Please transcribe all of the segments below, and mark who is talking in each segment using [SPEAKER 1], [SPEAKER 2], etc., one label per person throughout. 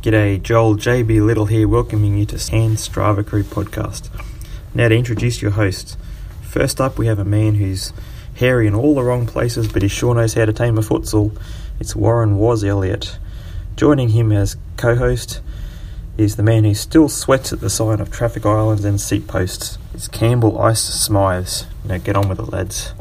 [SPEAKER 1] G'day, Joel JB Little here, welcoming you to Sand Strava Crew podcast. Now, to introduce your hosts, first up we have a man who's hairy in all the wrong places, but he sure knows how to tame a futsal. It's Warren Was Elliott. Joining him as co host is the man who still sweats at the sight of traffic islands and seat posts. It's Campbell Ice Smives. Now, get on with it, lads.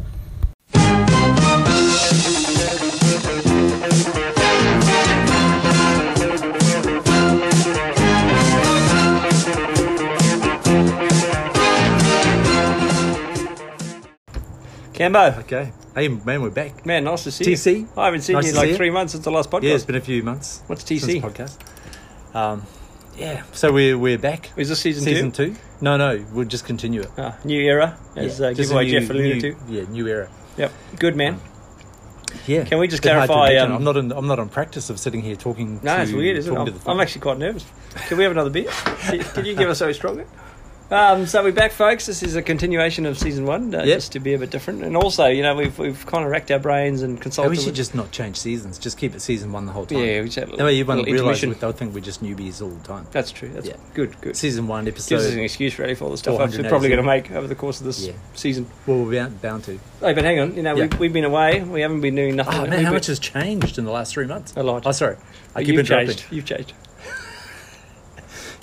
[SPEAKER 1] Cambo,
[SPEAKER 2] Okay. Hey, man, we're back.
[SPEAKER 1] man, nice to see you.
[SPEAKER 2] TC?
[SPEAKER 1] I haven't seen
[SPEAKER 2] Nice
[SPEAKER 1] you in
[SPEAKER 2] to see
[SPEAKER 1] like
[SPEAKER 2] you.
[SPEAKER 1] three months since the last podcast.
[SPEAKER 2] Yeah, it's been a few months.
[SPEAKER 1] What's
[SPEAKER 2] since
[SPEAKER 1] TC?
[SPEAKER 2] the podcast. Um, yeah. So we're we're back.
[SPEAKER 1] Is this season,
[SPEAKER 2] Season two? No, no. We'll just continue it.
[SPEAKER 1] Ah, new era, as
[SPEAKER 2] Yeah,
[SPEAKER 1] uh,
[SPEAKER 2] just a
[SPEAKER 1] giveaway
[SPEAKER 2] new-
[SPEAKER 1] Jeff alluded
[SPEAKER 2] new-
[SPEAKER 1] to.
[SPEAKER 2] Yeah, new era.
[SPEAKER 1] Yep, good man.
[SPEAKER 2] Yeah.
[SPEAKER 1] Can we just
[SPEAKER 2] Bit hard to
[SPEAKER 1] clarify,
[SPEAKER 2] imagine.
[SPEAKER 1] um,
[SPEAKER 2] I'm not in. I'm not on practice of sitting here talking.
[SPEAKER 1] No,
[SPEAKER 2] to,
[SPEAKER 1] it's weird, isn't it?
[SPEAKER 2] talking to
[SPEAKER 1] I'm,
[SPEAKER 2] the
[SPEAKER 1] I'm actually quite nervous. Can we have another beer? Can- Can you give us something stronger? Um, so we're back, folks. This is a continuation of season one, uh,
[SPEAKER 2] Yep.
[SPEAKER 1] just to be a bit different. And also, you know, we've, we've kind of racked our brains and
[SPEAKER 2] Oh,
[SPEAKER 1] consulted.
[SPEAKER 2] we should
[SPEAKER 1] with-
[SPEAKER 2] just not change seasons. Just keep it season one the whole time.
[SPEAKER 1] yeah, we should have a
[SPEAKER 2] That way, everyone
[SPEAKER 1] little
[SPEAKER 2] realize
[SPEAKER 1] intermission.
[SPEAKER 2] they'll think we're just newbies all the time.
[SPEAKER 1] That's true. That's
[SPEAKER 2] Yeah.
[SPEAKER 1] good. Good.
[SPEAKER 2] Season one
[SPEAKER 1] Gives us an
[SPEAKER 2] episode.
[SPEAKER 1] excuse really for all the stuff I'm probably
[SPEAKER 2] 480.
[SPEAKER 1] going to make over the course of this
[SPEAKER 2] Yeah.
[SPEAKER 1] season.
[SPEAKER 2] Well, we're bound, bound to.
[SPEAKER 1] Hey, but hang on, you know,
[SPEAKER 2] Yeah.
[SPEAKER 1] we've, we've been away. We haven't been doing nothing.
[SPEAKER 2] Oh
[SPEAKER 1] have
[SPEAKER 2] man,
[SPEAKER 1] we?
[SPEAKER 2] how
[SPEAKER 1] But-
[SPEAKER 2] much has changed in the last three months?
[SPEAKER 1] A lot.
[SPEAKER 2] Oh, sorry. I
[SPEAKER 1] but
[SPEAKER 2] keep
[SPEAKER 1] you've
[SPEAKER 2] interrupting.
[SPEAKER 1] changed. You've changed.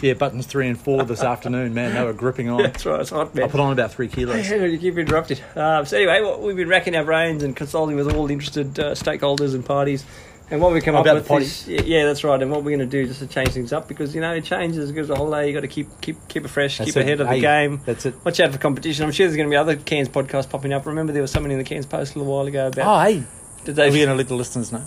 [SPEAKER 2] Yeah, buttons three and four this afternoon, man. They were gripping on.
[SPEAKER 1] That's right. It's hot, man.
[SPEAKER 2] I put on about three kilos.
[SPEAKER 1] you keep interrupted. Um, so anyway, what, we've been racking our brains and consulting with all the interested uh, stakeholders and parties. And what we come
[SPEAKER 2] About
[SPEAKER 1] up
[SPEAKER 2] the
[SPEAKER 1] with is, yeah, yeah, that's right. And what we're going to do just to change things up because you know it changes. It goes a holiday. You got to keep keep keep it fresh,
[SPEAKER 2] That's
[SPEAKER 1] keep
[SPEAKER 2] it.
[SPEAKER 1] ahead of the
[SPEAKER 2] Hey,
[SPEAKER 1] game.
[SPEAKER 2] That's it.
[SPEAKER 1] Watch out for competition. I'm sure there's going to be other Cairns podcasts popping up. Remember there was something in the Cairns Post a little while ago about
[SPEAKER 2] Oh, hey.
[SPEAKER 1] did
[SPEAKER 2] Are
[SPEAKER 1] they
[SPEAKER 2] we going to let the listeners know?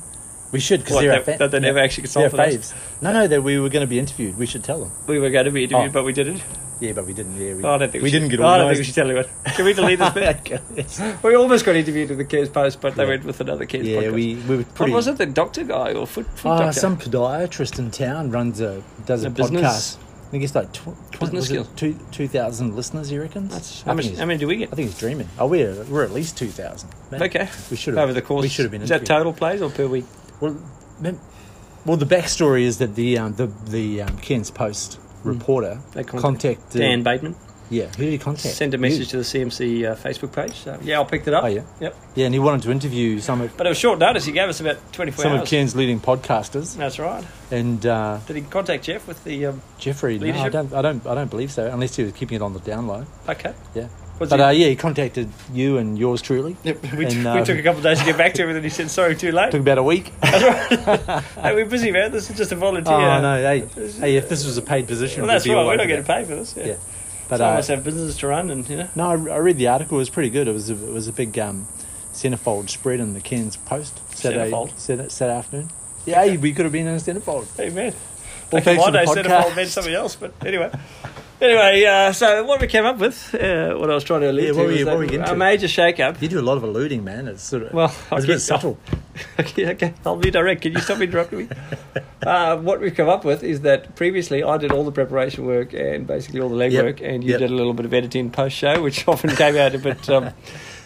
[SPEAKER 2] We should, because
[SPEAKER 1] What,
[SPEAKER 2] they're our
[SPEAKER 1] that-
[SPEAKER 2] fa-
[SPEAKER 1] that they never
[SPEAKER 2] yeah,
[SPEAKER 1] actually consulted
[SPEAKER 2] they're our
[SPEAKER 1] us?
[SPEAKER 2] faves. No, no, that we were going to be interviewed. We should tell them.
[SPEAKER 1] we were going to be interviewed,
[SPEAKER 2] Oh.
[SPEAKER 1] but we didn't.
[SPEAKER 2] Yeah, but we didn't. Yeah, we,
[SPEAKER 1] Oh, I don't think we,
[SPEAKER 2] we
[SPEAKER 1] should-
[SPEAKER 2] didn't get
[SPEAKER 1] I don't think we
[SPEAKER 2] organised.
[SPEAKER 1] should tell anyone. Can we delete this bit? we almost got interviewed with the Cairns Post, but they
[SPEAKER 2] Yeah.
[SPEAKER 1] went with another Cairns
[SPEAKER 2] yeah,
[SPEAKER 1] podcast.
[SPEAKER 2] we, we were
[SPEAKER 1] what
[SPEAKER 2] pretty.
[SPEAKER 1] was it? The doctor guy or foot, foot
[SPEAKER 2] Oh,
[SPEAKER 1] doctor?
[SPEAKER 2] some podiatrist in town runs a does a,
[SPEAKER 1] A business-
[SPEAKER 2] podcast. I think it's like tw- tw-
[SPEAKER 1] Business
[SPEAKER 2] was it
[SPEAKER 1] skill.
[SPEAKER 2] two two thousand listeners. You reckon?
[SPEAKER 1] That's, how,
[SPEAKER 2] I think
[SPEAKER 1] much,
[SPEAKER 2] it's-
[SPEAKER 1] how many do we get?
[SPEAKER 2] I think it's dreaming. Oh, we're we're at least two thousand.
[SPEAKER 1] Okay.
[SPEAKER 2] we should have
[SPEAKER 1] Over the course.
[SPEAKER 2] We should have been.
[SPEAKER 1] Is that
[SPEAKER 2] interviewed.
[SPEAKER 1] total plays or per week?
[SPEAKER 2] Well, mem- well, the backstory is that the um, the the um, Cairns Post reporter
[SPEAKER 1] Hmm. They contact-
[SPEAKER 2] contacted
[SPEAKER 1] Dan Bateman
[SPEAKER 2] Yeah, who did he contact?
[SPEAKER 1] sent a
[SPEAKER 2] You.
[SPEAKER 1] message to the CMC uh, Facebook page. So, yeah, I'll pick that up.
[SPEAKER 2] Oh yeah,
[SPEAKER 1] Yep.
[SPEAKER 2] yeah, and he wanted to interview some of
[SPEAKER 1] But it was short notice. He gave us about 24
[SPEAKER 2] some of
[SPEAKER 1] hours.
[SPEAKER 2] Cairns' leading podcasters,
[SPEAKER 1] That's right.
[SPEAKER 2] and uh,
[SPEAKER 1] Did he contact Jeff with the. Um,
[SPEAKER 2] Jeffrey. No, I
[SPEAKER 1] Leadership?
[SPEAKER 2] don't, I don't, I don't believe so, unless he was keeping it on the down low.
[SPEAKER 1] okay.
[SPEAKER 2] Yeah,
[SPEAKER 1] Was
[SPEAKER 2] but
[SPEAKER 1] he-
[SPEAKER 2] uh, yeah, he contacted you and yours truly.
[SPEAKER 1] Yep, we,
[SPEAKER 2] and,
[SPEAKER 1] t-
[SPEAKER 2] uh,
[SPEAKER 1] we took a couple of days to get back to him, and then he said, "Sorry, too late."
[SPEAKER 2] Took about a week.
[SPEAKER 1] hey, we're busy, man. This is just a volunteer.
[SPEAKER 2] Oh no, hey, hey, if this was a paid position,
[SPEAKER 1] Well,
[SPEAKER 2] we'd
[SPEAKER 1] that's
[SPEAKER 2] be
[SPEAKER 1] right.
[SPEAKER 2] all
[SPEAKER 1] We're
[SPEAKER 2] over
[SPEAKER 1] not getting
[SPEAKER 2] that.
[SPEAKER 1] paid for this. Yeah.
[SPEAKER 2] Yeah.
[SPEAKER 1] But,
[SPEAKER 2] But uh,
[SPEAKER 1] have businesses to run, and you know.
[SPEAKER 2] No, I, I read the article. It was pretty good. It was a, it was a big um, centerfold spread in the Cairns Post Saturday
[SPEAKER 1] Centrefold?
[SPEAKER 2] Saturday, Saturday afternoon. Yeah, hey, we could have been in a centerfold.
[SPEAKER 1] Hey man.
[SPEAKER 2] Well,
[SPEAKER 1] Back in
[SPEAKER 2] thanks
[SPEAKER 1] my
[SPEAKER 2] for the
[SPEAKER 1] day, centerfold
[SPEAKER 2] podcast.
[SPEAKER 1] meant something else, but anyway. Anyway, uh, so what we came up with, uh, what I was trying to allude
[SPEAKER 2] Yeah, what
[SPEAKER 1] to,
[SPEAKER 2] were
[SPEAKER 1] was
[SPEAKER 2] you-
[SPEAKER 1] that
[SPEAKER 2] what were you
[SPEAKER 1] a
[SPEAKER 2] into?
[SPEAKER 1] major shake-up.
[SPEAKER 2] You do a lot of eluding, man. It's sort of
[SPEAKER 1] Well, I'll
[SPEAKER 2] it's a bit
[SPEAKER 1] keep-
[SPEAKER 2] subtle.
[SPEAKER 1] okay, okay, I'll be direct. Can you stop interrupting me? Uh, what we've come up with is that previously I did all the preparation work and basically all the
[SPEAKER 2] Yep,
[SPEAKER 1] legwork, and you
[SPEAKER 2] yep.
[SPEAKER 1] did a little bit of editing post-show, which often came out a bit. Um,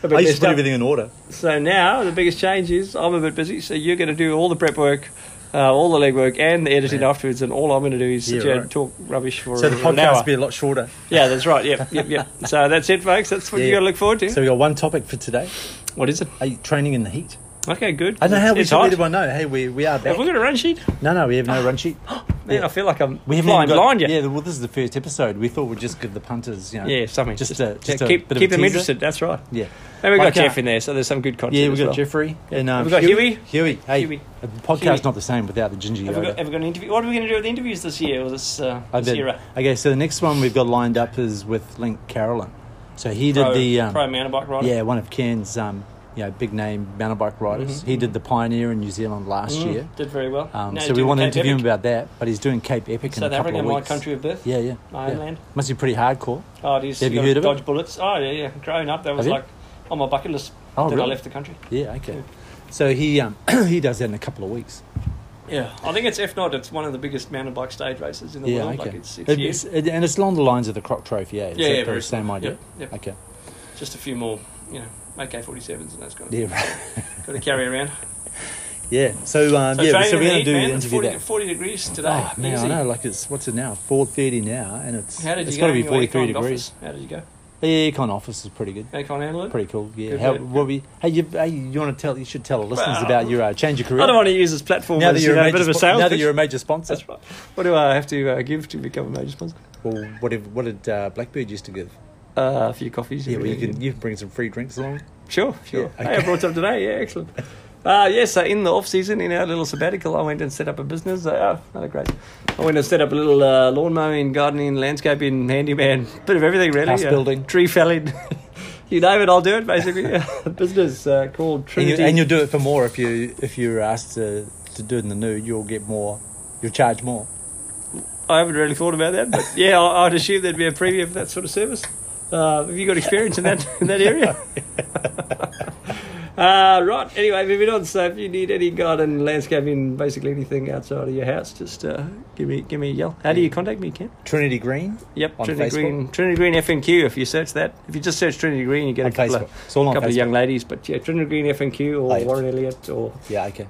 [SPEAKER 1] a bit
[SPEAKER 2] I used
[SPEAKER 1] messed
[SPEAKER 2] to put
[SPEAKER 1] up.
[SPEAKER 2] everything in order.
[SPEAKER 1] So now the biggest change is I'm a bit busy, so you're going to do all the prep work, uh, all the legwork, and the editing
[SPEAKER 2] Yeah.
[SPEAKER 1] afterwards, and all I'm going to do is sit
[SPEAKER 2] Yeah,
[SPEAKER 1] here
[SPEAKER 2] right.
[SPEAKER 1] and talk rubbish for
[SPEAKER 2] So the
[SPEAKER 1] an hour.
[SPEAKER 2] podcast be a lot shorter.
[SPEAKER 1] yeah, that's right. Yep, yep, yep. so that's it, folks. That's what you
[SPEAKER 2] Yeah.
[SPEAKER 1] got to look forward to.
[SPEAKER 2] So we got one topic for today:
[SPEAKER 1] what is it?
[SPEAKER 2] hey, training in the heat.
[SPEAKER 1] Okay, good.
[SPEAKER 2] I don't know how we
[SPEAKER 1] It's
[SPEAKER 2] should let
[SPEAKER 1] hot.
[SPEAKER 2] everyone know. Hey, we, we are
[SPEAKER 1] Have we
[SPEAKER 2] back.
[SPEAKER 1] got a run sheet?
[SPEAKER 2] No, no, we have no run sheet.
[SPEAKER 1] Man,
[SPEAKER 2] Yeah.
[SPEAKER 1] I feel like I'm
[SPEAKER 2] We haven't
[SPEAKER 1] flying
[SPEAKER 2] even got-
[SPEAKER 1] blind yet. Yeah,
[SPEAKER 2] Yeah, well, this is the first episode. We thought we'd just give the punters, you know,
[SPEAKER 1] something.
[SPEAKER 2] just, a, just
[SPEAKER 1] yeah,
[SPEAKER 2] a
[SPEAKER 1] keep
[SPEAKER 2] bit
[SPEAKER 1] keep
[SPEAKER 2] of a
[SPEAKER 1] them
[SPEAKER 2] teaser.
[SPEAKER 1] interested. That's right.
[SPEAKER 2] Yeah.
[SPEAKER 1] And we
[SPEAKER 2] Why
[SPEAKER 1] got
[SPEAKER 2] can't-
[SPEAKER 1] Jeff in there, so there's some good content.
[SPEAKER 2] Yeah, we've
[SPEAKER 1] as
[SPEAKER 2] got
[SPEAKER 1] well.
[SPEAKER 2] Jeffrey and um,
[SPEAKER 1] We've got Huey.
[SPEAKER 2] Huey, hey,
[SPEAKER 1] Huey.
[SPEAKER 2] the podcast's not the same without the ginger
[SPEAKER 1] Have we, got,
[SPEAKER 2] yoga.
[SPEAKER 1] have we got an interview? What are we going to do with the interviews this year or this, uh,
[SPEAKER 2] I
[SPEAKER 1] this
[SPEAKER 2] bet.
[SPEAKER 1] era?
[SPEAKER 2] Okay, so the next one we've got lined up is with Link Carolyn. So he did
[SPEAKER 1] pro,
[SPEAKER 2] the um,
[SPEAKER 1] pro mountain bike rider.
[SPEAKER 2] yeah one of Ken's um, you know big name mountain bike riders. He did the Pioneer in New Zealand last
[SPEAKER 1] Mm-hmm. Mm,
[SPEAKER 2] year.
[SPEAKER 1] Did very well.
[SPEAKER 2] Um,
[SPEAKER 1] No,
[SPEAKER 2] so
[SPEAKER 1] did
[SPEAKER 2] we
[SPEAKER 1] the
[SPEAKER 2] want to
[SPEAKER 1] Cape
[SPEAKER 2] interview
[SPEAKER 1] Epic.
[SPEAKER 2] him about that, but he's doing Cape Epic in
[SPEAKER 1] South
[SPEAKER 2] a couple
[SPEAKER 1] Africa,
[SPEAKER 2] of
[SPEAKER 1] my
[SPEAKER 2] weeks.
[SPEAKER 1] country of birth.
[SPEAKER 2] Yeah, yeah, yeah.
[SPEAKER 1] Ireland.
[SPEAKER 2] Must be pretty hardcore.
[SPEAKER 1] Oh, it is.
[SPEAKER 2] Have you
[SPEAKER 1] gotta
[SPEAKER 2] heard of
[SPEAKER 1] dodge
[SPEAKER 2] it?
[SPEAKER 1] bullets. Oh, yeah, yeah. Growing up, that was
[SPEAKER 2] Have you?
[SPEAKER 1] like on my bucket list.
[SPEAKER 2] Oh,
[SPEAKER 1] that I
[SPEAKER 2] really?
[SPEAKER 1] left the country.
[SPEAKER 2] Yeah, okay. So he um, he does that in a couple of weeks.
[SPEAKER 1] Yeah, I think it's if not, it's one of the biggest mountain bike stage races in the
[SPEAKER 2] Yeah,
[SPEAKER 1] world.
[SPEAKER 2] okay.
[SPEAKER 1] Like it's, it's
[SPEAKER 2] It-
[SPEAKER 1] huge.
[SPEAKER 2] it's- it- and it's along the lines of the Croc Trophy, eh? It's
[SPEAKER 1] Yeah,
[SPEAKER 2] like
[SPEAKER 1] yeah,
[SPEAKER 2] the
[SPEAKER 1] very
[SPEAKER 2] same idea.
[SPEAKER 1] Yep, yep.
[SPEAKER 2] Okay.
[SPEAKER 1] Just a few more, you know, AK 47s and that's got
[SPEAKER 2] Yeah, right.
[SPEAKER 1] got to carry around.
[SPEAKER 2] Yeah. So, um,
[SPEAKER 1] So trade
[SPEAKER 2] yeah, so
[SPEAKER 1] in the
[SPEAKER 2] we're going
[SPEAKER 1] heat,
[SPEAKER 2] to do
[SPEAKER 1] man.
[SPEAKER 2] the
[SPEAKER 1] It's
[SPEAKER 2] interview
[SPEAKER 1] 40,
[SPEAKER 2] that.
[SPEAKER 1] 40 degrees today.
[SPEAKER 2] Oh man,
[SPEAKER 1] Easy.
[SPEAKER 2] I know. Like it's what's it now? Four thirty now, and it's
[SPEAKER 1] How did
[SPEAKER 2] it's
[SPEAKER 1] you go?
[SPEAKER 2] got to be
[SPEAKER 1] in your
[SPEAKER 2] forty three
[SPEAKER 1] aircon
[SPEAKER 2] degrees.
[SPEAKER 1] office? How did you go?
[SPEAKER 2] The aircon office is pretty good,
[SPEAKER 1] Aircon handle it?
[SPEAKER 2] pretty cool. Yeah.
[SPEAKER 1] Good
[SPEAKER 2] How,
[SPEAKER 1] bit,
[SPEAKER 2] what we? Hey, you, hey, you want to tell? You should tell the listeners
[SPEAKER 1] Well,
[SPEAKER 2] about your uh, change your career.
[SPEAKER 1] I don't want to use this platform
[SPEAKER 2] now
[SPEAKER 1] as
[SPEAKER 2] that you're
[SPEAKER 1] you know,
[SPEAKER 2] a
[SPEAKER 1] a bit of
[SPEAKER 2] major
[SPEAKER 1] a
[SPEAKER 2] spon-
[SPEAKER 1] sales
[SPEAKER 2] now that you're a
[SPEAKER 1] pitch.
[SPEAKER 2] major sponsor.
[SPEAKER 1] That's right. What do I have to uh, give to become a major sponsor?
[SPEAKER 2] Well, what did what did uh, Blackbird used to give?
[SPEAKER 1] Uh, a few coffees.
[SPEAKER 2] Yeah, well,
[SPEAKER 1] every
[SPEAKER 2] you
[SPEAKER 1] now and
[SPEAKER 2] can you can bring some free drinks along.
[SPEAKER 1] Sure, sure.
[SPEAKER 2] Yeah,
[SPEAKER 1] Hey, I
[SPEAKER 2] okay.
[SPEAKER 1] brought it up today. Yeah, excellent. Uh, yeah, so in the off season, in our little sabbatical, I went and set up a business. Uh, oh, not great. I went and set up a little uh, lawn mowing, gardening, landscaping, handyman, bit of everything really.
[SPEAKER 2] House
[SPEAKER 1] Uh,
[SPEAKER 2] building.
[SPEAKER 1] tree felling. you name it, I'll do it. Basically, a business uh, called
[SPEAKER 2] And, you,
[SPEAKER 1] Trinity.
[SPEAKER 2] and you'll do it for more if you if you're asked to, to do it in the nude. You'll get more. You'll charge more.
[SPEAKER 1] I haven't really thought about that, but yeah, I, I'd assume there'd be a premium for that sort of service. Uh, have you got experience in that in that area? uh, right. Anyway, moving on. So, if you need any garden, landscaping, basically anything outside of your house, just uh, give me give me a yell. How do you contact me, Ken?
[SPEAKER 2] Trinity Green
[SPEAKER 1] Yep,
[SPEAKER 2] On
[SPEAKER 1] Trinity
[SPEAKER 2] Facebook?
[SPEAKER 1] Green, Trinity Green FNQ. If you search that, if you just search Trinity Green, you get
[SPEAKER 2] on
[SPEAKER 1] a couple
[SPEAKER 2] Facebook.
[SPEAKER 1] of
[SPEAKER 2] It's all on
[SPEAKER 1] couple
[SPEAKER 2] Facebook.
[SPEAKER 1] of young ladies. But yeah, Trinity Green FNQ or
[SPEAKER 2] Oh, yeah.
[SPEAKER 1] Warren Elliott or
[SPEAKER 2] Yeah. Okay.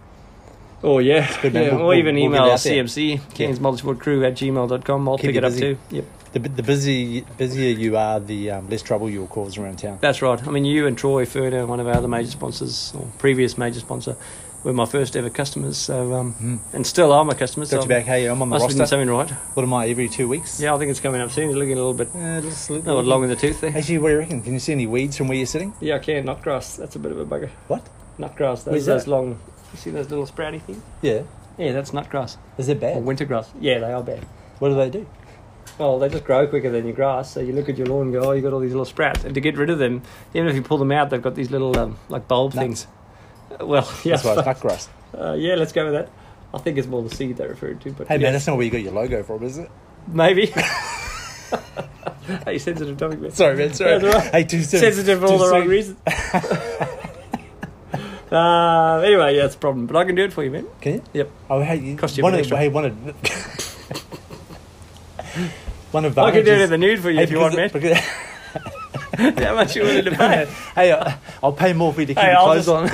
[SPEAKER 1] Oh, yeah.
[SPEAKER 2] good, man.
[SPEAKER 1] yeah.
[SPEAKER 2] We'll-
[SPEAKER 1] or even
[SPEAKER 2] we'll- we'll
[SPEAKER 1] email
[SPEAKER 2] get it out there.
[SPEAKER 1] CMC, Ken's Multisport Crew at gmail.com. I'll
[SPEAKER 2] Keep
[SPEAKER 1] pick
[SPEAKER 2] you
[SPEAKER 1] it up
[SPEAKER 2] busy.
[SPEAKER 1] too. Yep.
[SPEAKER 2] The bu- the busy busier you are, the um, less trouble you'll cause around town.
[SPEAKER 1] That's right. I mean, you and Troy Furner, one of our other major sponsors, or previous major sponsor, were my first ever customers. So, um,
[SPEAKER 2] Mm.
[SPEAKER 1] and still are my customers.
[SPEAKER 2] Got
[SPEAKER 1] so
[SPEAKER 2] you back. Hey, I'm on my
[SPEAKER 1] Must have been
[SPEAKER 2] roster.
[SPEAKER 1] something right.
[SPEAKER 2] What am I every two weeks?
[SPEAKER 1] Yeah, I think it's coming up soon. It's looking a little bit
[SPEAKER 2] Uh, just a
[SPEAKER 1] a little
[SPEAKER 2] little-
[SPEAKER 1] bit long in the tooth there.
[SPEAKER 2] Actually, what do you reckon? Can you see any weeds from where you're sitting?
[SPEAKER 1] Yeah, I can. Nutgrass. That's a bit of a bugger.
[SPEAKER 2] What?
[SPEAKER 1] Nutgrass.
[SPEAKER 2] Where's
[SPEAKER 1] Those, those
[SPEAKER 2] that?
[SPEAKER 1] long. You see those little sprouty things?
[SPEAKER 2] Yeah.
[SPEAKER 1] Yeah, that's nutgrass.
[SPEAKER 2] Is it
[SPEAKER 1] Or
[SPEAKER 2] bad?
[SPEAKER 1] winter grass. Yeah, they are bad.
[SPEAKER 2] What do they do?
[SPEAKER 1] Well, they just grow quicker than your grass. So you look at your lawn and go, oh, you've got all these little sprouts. And to get rid of them, even if you pull them out, they've got these little um, like bulb
[SPEAKER 2] Nuts.
[SPEAKER 1] things. Uh, Well, yeah,
[SPEAKER 2] That's why it's nut grass.
[SPEAKER 1] uh, yeah, let's go with that. I think it's more the seed they're referring to, but
[SPEAKER 2] Hey
[SPEAKER 1] yeah,
[SPEAKER 2] man, that's not where you got your logo from, is it?
[SPEAKER 1] maybe. hey, sensitive topic, man.
[SPEAKER 2] Sorry, man. Sorry.
[SPEAKER 1] That's all right.
[SPEAKER 2] Hey, too soon.
[SPEAKER 1] sensitive for
[SPEAKER 2] Too
[SPEAKER 1] all the wrong
[SPEAKER 2] soon.
[SPEAKER 1] reasons. uh, anyway, yeah, it's a problem, but I can do it for you, man.
[SPEAKER 2] Can you?
[SPEAKER 1] Yep.
[SPEAKER 2] Oh, hey, you,
[SPEAKER 1] Cost you a
[SPEAKER 2] one
[SPEAKER 1] bit
[SPEAKER 2] of,
[SPEAKER 1] extra.
[SPEAKER 2] hey, one of, one of
[SPEAKER 1] I can do it in the nude for you
[SPEAKER 2] Hey,
[SPEAKER 1] if you want, man.
[SPEAKER 2] because it-
[SPEAKER 1] How much you willing to pay?
[SPEAKER 2] because- hey, I- I'll pay more for you to keep
[SPEAKER 1] Hey,
[SPEAKER 2] your
[SPEAKER 1] I'll
[SPEAKER 2] clothes
[SPEAKER 1] just,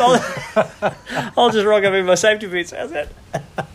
[SPEAKER 1] I'll, I'll just rock up in my safety boots. How's that?
[SPEAKER 2] on,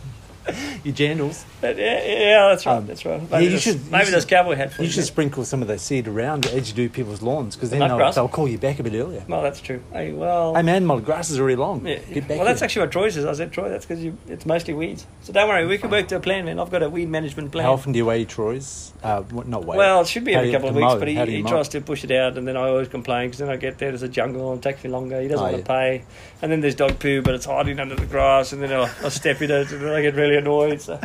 [SPEAKER 2] your jandals.
[SPEAKER 1] But yeah, yeah, that's right.
[SPEAKER 2] Um,
[SPEAKER 1] that's right.
[SPEAKER 2] yeah,
[SPEAKER 1] Maybe
[SPEAKER 2] you
[SPEAKER 1] this,
[SPEAKER 2] should- you
[SPEAKER 1] maybe
[SPEAKER 2] should-
[SPEAKER 1] this cowboy hat for
[SPEAKER 2] You
[SPEAKER 1] you.
[SPEAKER 2] should
[SPEAKER 1] Just,
[SPEAKER 2] sprinkle some of that seed around as you do people's lawns, because then
[SPEAKER 1] Nut
[SPEAKER 2] they'll,
[SPEAKER 1] grass?
[SPEAKER 2] they'll call you back a bit earlier.
[SPEAKER 1] no, that's true. Hey, well,
[SPEAKER 2] Hey man, my grass is already long.
[SPEAKER 1] yeah.
[SPEAKER 2] Get back
[SPEAKER 1] well, that's
[SPEAKER 2] here.
[SPEAKER 1] actually what Troy says. I said, Troy, that's because it's mostly weeds. So don't worry, we can work to a plan, man. I've got a weed management plan.
[SPEAKER 2] How often do you weigh Troy's? Uh, what- not weigh.
[SPEAKER 1] Well, it should be
[SPEAKER 2] How
[SPEAKER 1] every
[SPEAKER 2] do you
[SPEAKER 1] couple of
[SPEAKER 2] have
[SPEAKER 1] weeks,
[SPEAKER 2] to mow?
[SPEAKER 1] but he,
[SPEAKER 2] How do you
[SPEAKER 1] he
[SPEAKER 2] mow?
[SPEAKER 1] tries to push it out, and then I always complain because then I get there, there's a jungle, and it takes me longer. He doesn't
[SPEAKER 2] Oh,
[SPEAKER 1] want
[SPEAKER 2] yeah.
[SPEAKER 1] to pay. And then there's dog poo, but it's hiding under the grass, and then I, I step in it, and then I get really annoyed. So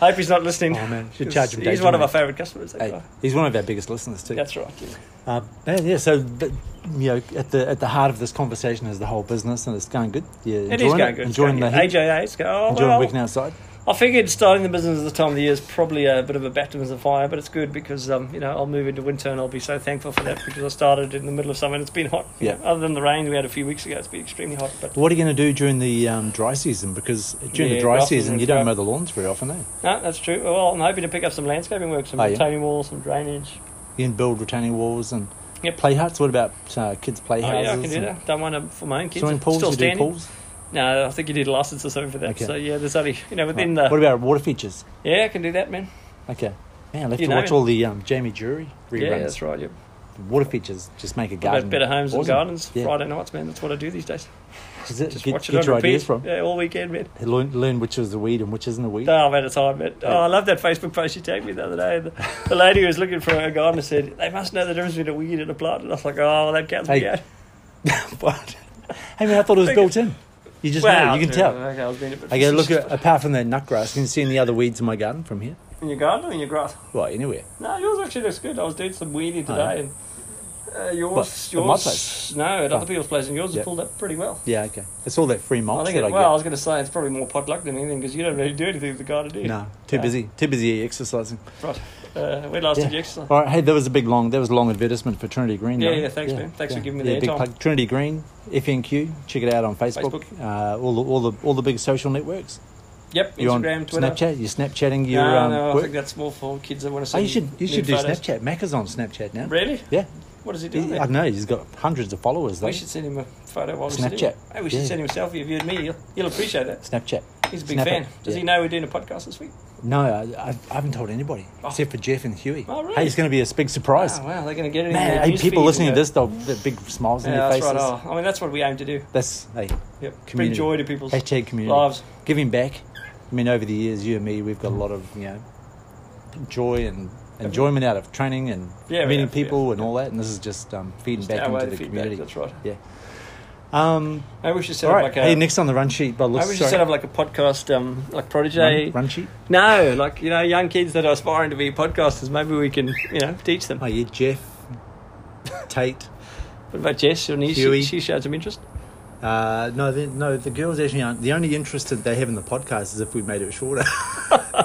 [SPEAKER 1] hope he's not listening.
[SPEAKER 2] Oh, man. Should
[SPEAKER 1] 'cause
[SPEAKER 2] charge him
[SPEAKER 1] He's
[SPEAKER 2] danger,
[SPEAKER 1] one of
[SPEAKER 2] mate.
[SPEAKER 1] our favourite customers. That
[SPEAKER 2] Hey,
[SPEAKER 1] guy.
[SPEAKER 2] he's one of our biggest listeners too.
[SPEAKER 1] uh, That's right. yeah.
[SPEAKER 2] Uh, man, yeah. So, but, you know, at the at the heart of this conversation is the whole business, and it's going good. Yeah,
[SPEAKER 1] It is
[SPEAKER 2] enjoying
[SPEAKER 1] going good. It's
[SPEAKER 2] Enjoying
[SPEAKER 1] going
[SPEAKER 2] the
[SPEAKER 1] good.
[SPEAKER 2] heat.
[SPEAKER 1] AJA's go. Oh,
[SPEAKER 2] enjoying
[SPEAKER 1] well,
[SPEAKER 2] working outside.
[SPEAKER 1] I figured starting the business at this time of the year is probably a bit of a baptism of fire, but it's good because um, you know I'll move into winter and I'll be so thankful for that because I started in the middle of summer and it's been hot.
[SPEAKER 2] Yeah.
[SPEAKER 1] Other than the rain we had a few weeks ago, it's been extremely hot. But
[SPEAKER 2] What are you going to do during the um, dry season? Because during
[SPEAKER 1] Yeah,
[SPEAKER 2] the dry
[SPEAKER 1] grass
[SPEAKER 2] season,
[SPEAKER 1] isn't
[SPEAKER 2] you don't
[SPEAKER 1] dry.
[SPEAKER 2] mow the lawns very often, eh?
[SPEAKER 1] no, that's true. Oh, Well, I'm hoping to pick up some landscaping work, some
[SPEAKER 2] Are you?
[SPEAKER 1] retaining walls, some drainage.
[SPEAKER 2] You can build retaining walls and
[SPEAKER 1] Yep.
[SPEAKER 2] play huts. What about uh, kids'
[SPEAKER 1] Oh,
[SPEAKER 2] playhouses?
[SPEAKER 1] yeah, I can do
[SPEAKER 2] and
[SPEAKER 1] that. Don't mind them for my own kids.
[SPEAKER 2] Swimming pools.
[SPEAKER 1] Still
[SPEAKER 2] you
[SPEAKER 1] standing.
[SPEAKER 2] do pools.
[SPEAKER 1] No, I think you need a license or something for that.
[SPEAKER 2] Okay.
[SPEAKER 1] So yeah, there's only you know within
[SPEAKER 2] Right.
[SPEAKER 1] the
[SPEAKER 2] What about water features?
[SPEAKER 1] yeah, I can do that, man.
[SPEAKER 2] Okay. Man, I have
[SPEAKER 1] You
[SPEAKER 2] to
[SPEAKER 1] know
[SPEAKER 2] watch
[SPEAKER 1] him.
[SPEAKER 2] all the um, Jamie Jury reruns.
[SPEAKER 1] Yeah, that's right. Yeah.
[SPEAKER 2] Water features just make a
[SPEAKER 1] About
[SPEAKER 2] garden.
[SPEAKER 1] better homes
[SPEAKER 2] awesome.
[SPEAKER 1] and gardens.
[SPEAKER 2] Yeah.
[SPEAKER 1] Friday nights, man. That's what I do these days.
[SPEAKER 2] Is it?
[SPEAKER 1] Just
[SPEAKER 2] get,
[SPEAKER 1] watch it
[SPEAKER 2] get
[SPEAKER 1] on
[SPEAKER 2] your
[SPEAKER 1] repeat
[SPEAKER 2] ideas from.
[SPEAKER 1] Yeah, all weekend, man.
[SPEAKER 2] Learn, learn which is a weed and which isn't a weed.
[SPEAKER 1] No, I've had a time, man. Oh, I love that Facebook post you tagged me the other day. The, the lady who was looking for a gardener said, they must know the difference between a weed and a plant. And I was like, oh, well, that counts me
[SPEAKER 2] Hey,
[SPEAKER 1] out.
[SPEAKER 2] What? hey man, I thought it was
[SPEAKER 1] Think-
[SPEAKER 2] built in. You just
[SPEAKER 1] Wow.
[SPEAKER 2] know, you can tell.
[SPEAKER 1] Okay, I was being a bit
[SPEAKER 2] I go look at
[SPEAKER 1] facetious.
[SPEAKER 2] apart from the nutgrass. Can you see any other weeds in my garden from here?
[SPEAKER 1] In your garden or in your grass?
[SPEAKER 2] Well, anywhere.
[SPEAKER 1] No, yours actually looks good. I was doing some weeding
[SPEAKER 2] Oh,
[SPEAKER 1] today. and uh, yours,
[SPEAKER 2] What, at
[SPEAKER 1] yours,
[SPEAKER 2] my place?
[SPEAKER 1] no, at
[SPEAKER 2] Oh.
[SPEAKER 1] other people's place, and yours
[SPEAKER 2] Yeah.
[SPEAKER 1] has pulled up pretty well.
[SPEAKER 2] Yeah, okay. It's all that free mulch
[SPEAKER 1] I think.
[SPEAKER 2] that
[SPEAKER 1] It,
[SPEAKER 2] I
[SPEAKER 1] well, I was going to say it's probably more potluck than anything because you don't really do anything with the garden, do you?
[SPEAKER 2] get. No, too
[SPEAKER 1] No.
[SPEAKER 2] busy. Too busy exercising.
[SPEAKER 1] Right. Uh, when last did
[SPEAKER 2] Yeah.
[SPEAKER 1] you exercise?
[SPEAKER 2] All right. Hey, that was a big long. That was a long advertisement for Trinity Green.
[SPEAKER 1] Yeah,
[SPEAKER 2] though.
[SPEAKER 1] yeah, thanks, man. Thanks for giving me the
[SPEAKER 2] yeah, big
[SPEAKER 1] airtime.
[SPEAKER 2] plug. Trinity Green, FNQ. Check it out on Facebook. Uh, all the all the all the big social networks.
[SPEAKER 1] Yep,
[SPEAKER 2] You're on
[SPEAKER 1] Instagram, Twitter.
[SPEAKER 2] Snapchat. You're Snapchatting your
[SPEAKER 1] no,
[SPEAKER 2] um,
[SPEAKER 1] no, I
[SPEAKER 2] work.
[SPEAKER 1] think that's more for kids that want to see.
[SPEAKER 2] Oh, you should you
[SPEAKER 1] nude
[SPEAKER 2] should do
[SPEAKER 1] photos.
[SPEAKER 2] Snapchat. Macca's on Snapchat now.
[SPEAKER 1] Really?
[SPEAKER 2] Yeah.
[SPEAKER 1] What does he
[SPEAKER 2] He,
[SPEAKER 1] do?
[SPEAKER 2] I
[SPEAKER 1] there?
[SPEAKER 2] don't know. He's got hundreds of followers. Though.
[SPEAKER 1] We should send him a photo while we
[SPEAKER 2] Snapchat.
[SPEAKER 1] Hey, we should
[SPEAKER 2] Yeah.
[SPEAKER 1] send him a selfie of you and me. He'll, he'll appreciate that.
[SPEAKER 2] Snapchat.
[SPEAKER 1] He's a big
[SPEAKER 2] Snap
[SPEAKER 1] fan.
[SPEAKER 2] it.
[SPEAKER 1] Does
[SPEAKER 2] Yeah.
[SPEAKER 1] he know we're doing a podcast this week?
[SPEAKER 2] No, I, I I haven't told anybody
[SPEAKER 1] Oh.
[SPEAKER 2] except for Jeff and Huey.
[SPEAKER 1] Oh, really?
[SPEAKER 2] Hey, it's going to be a big surprise.
[SPEAKER 1] Oh, wow, they're going to get it. in
[SPEAKER 2] Man,
[SPEAKER 1] their
[SPEAKER 2] hey,
[SPEAKER 1] news
[SPEAKER 2] people
[SPEAKER 1] feed
[SPEAKER 2] listening
[SPEAKER 1] and
[SPEAKER 2] to
[SPEAKER 1] go,
[SPEAKER 2] this, they'll the big smiles on
[SPEAKER 1] Yeah,
[SPEAKER 2] their
[SPEAKER 1] that's
[SPEAKER 2] faces.
[SPEAKER 1] right. Oh, I mean, that's what we aim to do.
[SPEAKER 2] That's hey,
[SPEAKER 1] Yep. Bring
[SPEAKER 2] Community.
[SPEAKER 1] joy to people's
[SPEAKER 2] hashtag community.
[SPEAKER 1] lives.
[SPEAKER 2] Giving back. I mean, over the years, you and me, we've got a lot of you know joy and enjoyment out of training and
[SPEAKER 1] Yeah, we
[SPEAKER 2] meeting
[SPEAKER 1] have,
[SPEAKER 2] people
[SPEAKER 1] yeah,
[SPEAKER 2] and all that. And this is just um, feeding
[SPEAKER 1] Just
[SPEAKER 2] back
[SPEAKER 1] our way
[SPEAKER 2] into
[SPEAKER 1] to
[SPEAKER 2] the
[SPEAKER 1] feed back,
[SPEAKER 2] community.
[SPEAKER 1] That's right.
[SPEAKER 2] Yeah. Um,
[SPEAKER 1] Maybe we should set
[SPEAKER 2] all
[SPEAKER 1] up
[SPEAKER 2] right.
[SPEAKER 1] like a.
[SPEAKER 2] hey, next on the run sheet, but
[SPEAKER 1] maybe
[SPEAKER 2] look,
[SPEAKER 1] we should
[SPEAKER 2] sorry,
[SPEAKER 1] set up like a podcast, um, like protege.
[SPEAKER 2] run, run sheet.
[SPEAKER 1] No, like you know, young kids that are aspiring to be podcasters. Maybe we can, you know, teach them.
[SPEAKER 2] Oh yeah, Jeff, Tate.
[SPEAKER 1] What about Jess? And she,
[SPEAKER 2] Huey.
[SPEAKER 1] she showed some interest.
[SPEAKER 2] Uh, no, the, no, the girls actually aren't. The only interest that they have in the podcast is if we made it shorter.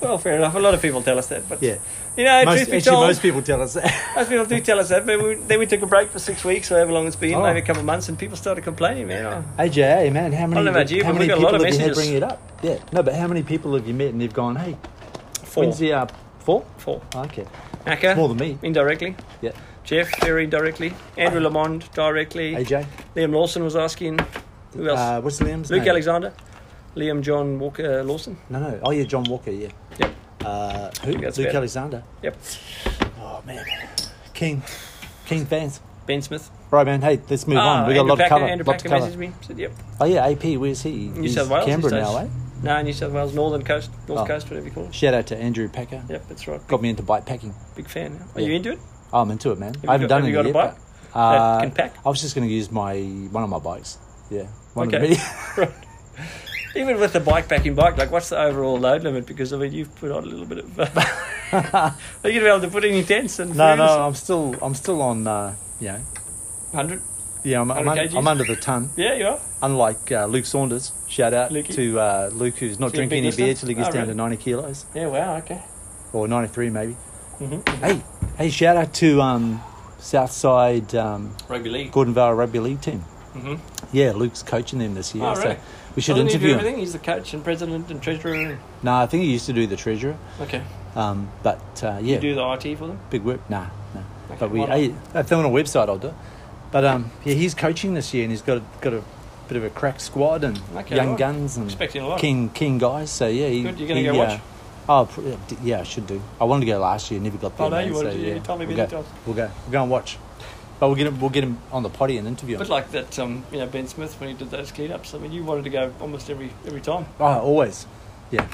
[SPEAKER 1] Well, fair enough. A lot of people tell us that, but
[SPEAKER 2] yeah,
[SPEAKER 1] you know,
[SPEAKER 2] most,
[SPEAKER 1] truth be
[SPEAKER 2] actually,
[SPEAKER 1] told,
[SPEAKER 2] most people tell us that.
[SPEAKER 1] Most people do tell us that, but we, then we took a break for six weeks, or however long it's been,
[SPEAKER 2] Oh.
[SPEAKER 1] maybe a couple of months, and people started complaining, man. Oh,
[SPEAKER 2] AJ, man, how many?
[SPEAKER 1] know about you,
[SPEAKER 2] how
[SPEAKER 1] but
[SPEAKER 2] many
[SPEAKER 1] we got a
[SPEAKER 2] people
[SPEAKER 1] lot of
[SPEAKER 2] have you had
[SPEAKER 1] messages.
[SPEAKER 2] bringing it up? Yeah, no, but how many people have you met and they've gone, hey,
[SPEAKER 1] Four.
[SPEAKER 2] when's the uh, four?
[SPEAKER 1] Four.
[SPEAKER 2] Oh, okay,
[SPEAKER 1] Naka,
[SPEAKER 2] more than me.
[SPEAKER 1] indirectly.
[SPEAKER 2] Yeah,
[SPEAKER 1] Jeff, very indirectly. Andrew Lamond, directly.
[SPEAKER 2] AJ.
[SPEAKER 1] Liam Lawson was asking. Who else?
[SPEAKER 2] Uh, what's Liam's
[SPEAKER 1] Luke
[SPEAKER 2] name?
[SPEAKER 1] Alexander. Liam John Walker uh, Lawson.
[SPEAKER 2] No, no. Oh yeah, John Walker. Yeah.
[SPEAKER 1] Yep.
[SPEAKER 2] Uh, who?
[SPEAKER 1] that's
[SPEAKER 2] Luke
[SPEAKER 1] about it.
[SPEAKER 2] Alexander.
[SPEAKER 1] Yep.
[SPEAKER 2] Oh man, King, King fans.
[SPEAKER 1] Ben Smith.
[SPEAKER 2] Right, man. Hey, let's move on. We
[SPEAKER 1] Ah, Andrew
[SPEAKER 2] got a lot
[SPEAKER 1] Packer,
[SPEAKER 2] of cover.
[SPEAKER 1] Andrew
[SPEAKER 2] lot to
[SPEAKER 1] Packer
[SPEAKER 2] cover.
[SPEAKER 1] messaged me. Said, yep.
[SPEAKER 2] Oh yeah, AP. Where's he? New
[SPEAKER 1] South Wales these
[SPEAKER 2] Canberra now,
[SPEAKER 1] days.
[SPEAKER 2] eh?
[SPEAKER 1] No, New South Wales, Northern Coast, North
[SPEAKER 2] Oh.
[SPEAKER 1] Coast, whatever you call it.
[SPEAKER 2] Shout out to Andrew Packer.
[SPEAKER 1] Yep, that's right.
[SPEAKER 2] Got me into bike packing.
[SPEAKER 1] Big fan. Now. Are
[SPEAKER 2] Yeah.
[SPEAKER 1] you into it?
[SPEAKER 2] Oh, I'm into it, man.
[SPEAKER 1] you
[SPEAKER 2] I haven't
[SPEAKER 1] got-
[SPEAKER 2] done
[SPEAKER 1] have
[SPEAKER 2] it
[SPEAKER 1] you
[SPEAKER 2] yet.
[SPEAKER 1] got a
[SPEAKER 2] But, uh,
[SPEAKER 1] that can pack?
[SPEAKER 2] I was just going to use my one of my bikes. Yeah, one of
[SPEAKER 1] Okay.
[SPEAKER 2] many.
[SPEAKER 1] Right. Even with the bike packing bike, like what's the overall load limit? Because I mean, you've put on a little bit of. uh, are you going to be able to put any tents and
[SPEAKER 2] no, no, I'm still, I'm still on. Uh, you know,
[SPEAKER 1] hundred?
[SPEAKER 2] yeah, I'm, I'm,
[SPEAKER 1] 100
[SPEAKER 2] un-
[SPEAKER 1] kgs?
[SPEAKER 2] I'm under the ton.
[SPEAKER 1] Yeah, you are.
[SPEAKER 2] Unlike uh, Luke Saunders, shout out
[SPEAKER 1] Lukey.
[SPEAKER 2] to uh, Luke who's not
[SPEAKER 1] Is he a
[SPEAKER 2] drinking
[SPEAKER 1] big
[SPEAKER 2] any beer
[SPEAKER 1] listener?
[SPEAKER 2] till he gets
[SPEAKER 1] Oh,
[SPEAKER 2] down
[SPEAKER 1] really?
[SPEAKER 2] to 90 kilos
[SPEAKER 1] Yeah, wow, okay.
[SPEAKER 2] or 93 maybe.
[SPEAKER 1] hmm
[SPEAKER 2] Hey, hey, shout out to um, Southside um,
[SPEAKER 1] Rugby league.
[SPEAKER 2] Gordon Vale Rugby League team.
[SPEAKER 1] hmm
[SPEAKER 2] Yeah, Luke's coaching them this year,
[SPEAKER 1] Oh,
[SPEAKER 2] so
[SPEAKER 1] really?
[SPEAKER 2] we should
[SPEAKER 1] Doesn't he do
[SPEAKER 2] interview him.
[SPEAKER 1] everything? He's the coach and president and treasurer. And...
[SPEAKER 2] No, I think he used to do the treasurer,
[SPEAKER 1] Okay.
[SPEAKER 2] um, but uh, yeah,
[SPEAKER 1] You do the IT for them.
[SPEAKER 2] big work. Nah, nah.
[SPEAKER 1] Okay,
[SPEAKER 2] But we,
[SPEAKER 1] why not?
[SPEAKER 2] hey, if they're on a website, I'll do it. But um, yeah, he's coaching this year, and he's got a, got a bit of a crack squad and
[SPEAKER 1] Okay,
[SPEAKER 2] young
[SPEAKER 1] right.
[SPEAKER 2] guns and
[SPEAKER 1] Expecting a lot.
[SPEAKER 2] keen keen guys. So yeah, he,
[SPEAKER 1] Good, you're gonna
[SPEAKER 2] he,
[SPEAKER 1] go watch?
[SPEAKER 2] Uh, oh pr- yeah, d- yeah, I should do. I wanted to go last year, never got there.
[SPEAKER 1] Oh, no,
[SPEAKER 2] man,
[SPEAKER 1] you
[SPEAKER 2] so,
[SPEAKER 1] wanted to-
[SPEAKER 2] yeah,
[SPEAKER 1] you told me
[SPEAKER 2] we'll
[SPEAKER 1] many
[SPEAKER 2] go.
[SPEAKER 1] times.
[SPEAKER 2] We'll go. We'll go and watch. But we'll get him. We'll get him on the potty and interview him.
[SPEAKER 1] But like that, um, you know, Ben Smith when he did those cleanups. I mean, you wanted to go almost every every time.
[SPEAKER 2] oh, always. Yeah,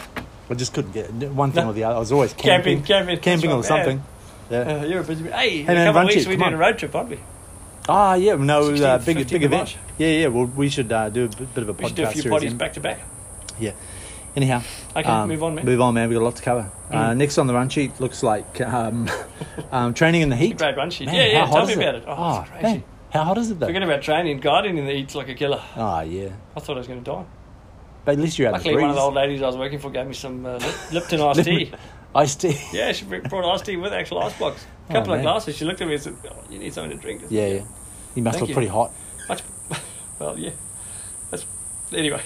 [SPEAKER 2] I just couldn't get it. one thing
[SPEAKER 1] No.
[SPEAKER 2] or the other. I was always
[SPEAKER 1] Camping,
[SPEAKER 2] camping,
[SPEAKER 1] camping, that's
[SPEAKER 2] camping or
[SPEAKER 1] right,
[SPEAKER 2] something.
[SPEAKER 1] man.
[SPEAKER 2] Yeah.
[SPEAKER 1] Uh, you're a busy. man. Hey, in
[SPEAKER 2] man,
[SPEAKER 1] a couple
[SPEAKER 2] run
[SPEAKER 1] of weeks
[SPEAKER 2] sheet,
[SPEAKER 1] we're
[SPEAKER 2] come
[SPEAKER 1] doing a
[SPEAKER 2] on.
[SPEAKER 1] road trip, aren't we?
[SPEAKER 2] Ah, yeah. No, uh,
[SPEAKER 1] 16th,
[SPEAKER 2] big
[SPEAKER 1] 15th
[SPEAKER 2] big
[SPEAKER 1] of
[SPEAKER 2] event.
[SPEAKER 1] March.
[SPEAKER 2] Yeah, yeah. Well, we should uh, do a b- bit of a
[SPEAKER 1] We
[SPEAKER 2] podcast
[SPEAKER 1] should do a few
[SPEAKER 2] series
[SPEAKER 1] parties
[SPEAKER 2] then.
[SPEAKER 1] back to back.
[SPEAKER 2] Yeah. Anyhow. um,
[SPEAKER 1] Okay, move on, man. Mm.
[SPEAKER 2] Move on, man. We've got a lot to cover. Uh, next on the run sheet looks like um, um, training in the heat.
[SPEAKER 1] Great run sheet.
[SPEAKER 2] Man,
[SPEAKER 1] yeah,
[SPEAKER 2] how
[SPEAKER 1] yeah.
[SPEAKER 2] hot
[SPEAKER 1] Tell me
[SPEAKER 2] is
[SPEAKER 1] about it. Oh, it's
[SPEAKER 2] Oh,
[SPEAKER 1] crazy.
[SPEAKER 2] man, how hot is it, though?
[SPEAKER 1] Forget about training, gardening, and eats like a killer.
[SPEAKER 2] Oh, yeah.
[SPEAKER 1] I thought I was going to die.
[SPEAKER 2] But at least you're out
[SPEAKER 1] Luckily,
[SPEAKER 2] of the
[SPEAKER 1] one of the
[SPEAKER 2] breeze.
[SPEAKER 1] old ladies I was working for gave me some uh, Lip- Lipton iced tea.
[SPEAKER 2] Iced tea.
[SPEAKER 1] Yeah, she br- brought iced tea with actual ice box. A
[SPEAKER 2] Oh,
[SPEAKER 1] couple of
[SPEAKER 2] man.
[SPEAKER 1] glasses. She looked at me and said, oh, "You need something to drink." I said,
[SPEAKER 2] Yeah, yeah. You must
[SPEAKER 1] Thank
[SPEAKER 2] look
[SPEAKER 1] you.
[SPEAKER 2] pretty hot.
[SPEAKER 1] Much. Well, yeah. That's anyway.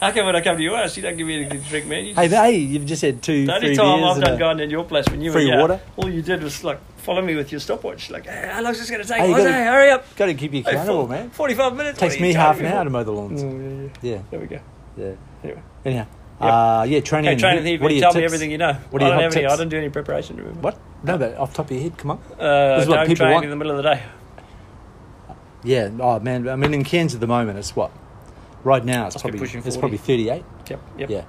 [SPEAKER 1] How come when I come to your house, you don't give me anything to drink, man? You
[SPEAKER 2] Hey,
[SPEAKER 1] just-
[SPEAKER 2] hey, you've just had two,
[SPEAKER 1] the only
[SPEAKER 2] three
[SPEAKER 1] time
[SPEAKER 2] beers
[SPEAKER 1] I've
[SPEAKER 2] and
[SPEAKER 1] done
[SPEAKER 2] a-
[SPEAKER 1] gardening in your place when you
[SPEAKER 2] free
[SPEAKER 1] were here,
[SPEAKER 2] water.
[SPEAKER 1] all you did was like follow me with your stopwatch. Like, hey, how long's this going to take?
[SPEAKER 2] Hey, you
[SPEAKER 1] Jose,
[SPEAKER 2] gotta-
[SPEAKER 1] hurry up!
[SPEAKER 2] Got to keep you
[SPEAKER 1] Hey,
[SPEAKER 2] accountable,
[SPEAKER 1] for-
[SPEAKER 2] man.
[SPEAKER 1] Forty-five minutes.
[SPEAKER 2] Takes
[SPEAKER 1] What are you
[SPEAKER 2] me half an
[SPEAKER 1] timing
[SPEAKER 2] hour to
[SPEAKER 1] for?
[SPEAKER 2] mow the lawns.
[SPEAKER 1] Mm, yeah, yeah.
[SPEAKER 2] Yeah,
[SPEAKER 1] There we go.
[SPEAKER 2] yeah.
[SPEAKER 1] Anyway.
[SPEAKER 2] Anyhow.
[SPEAKER 1] Yep.
[SPEAKER 2] Uh, yeah, training
[SPEAKER 1] Okay,
[SPEAKER 2] in
[SPEAKER 1] training
[SPEAKER 2] the heat.
[SPEAKER 1] heat.
[SPEAKER 2] What are
[SPEAKER 1] you
[SPEAKER 2] your
[SPEAKER 1] tell me
[SPEAKER 2] tips?
[SPEAKER 1] everything you know.
[SPEAKER 2] What are
[SPEAKER 1] I
[SPEAKER 2] your
[SPEAKER 1] don't
[SPEAKER 2] hot
[SPEAKER 1] have any. I
[SPEAKER 2] tips?
[SPEAKER 1] didn't do any preparation. Remember?
[SPEAKER 2] What? No, but off top of your head, come on.
[SPEAKER 1] Uh,
[SPEAKER 2] This is what
[SPEAKER 1] don't
[SPEAKER 2] people
[SPEAKER 1] train
[SPEAKER 2] want.
[SPEAKER 1] in the middle of the day.
[SPEAKER 2] Yeah. Oh man. I mean, in Cairns at the moment, it's what. Right now, it's
[SPEAKER 1] Must be
[SPEAKER 2] probably
[SPEAKER 1] pushing
[SPEAKER 2] it's
[SPEAKER 1] 40.
[SPEAKER 2] probably thirty-eight.
[SPEAKER 1] Yep. Yep.
[SPEAKER 2] Yeah.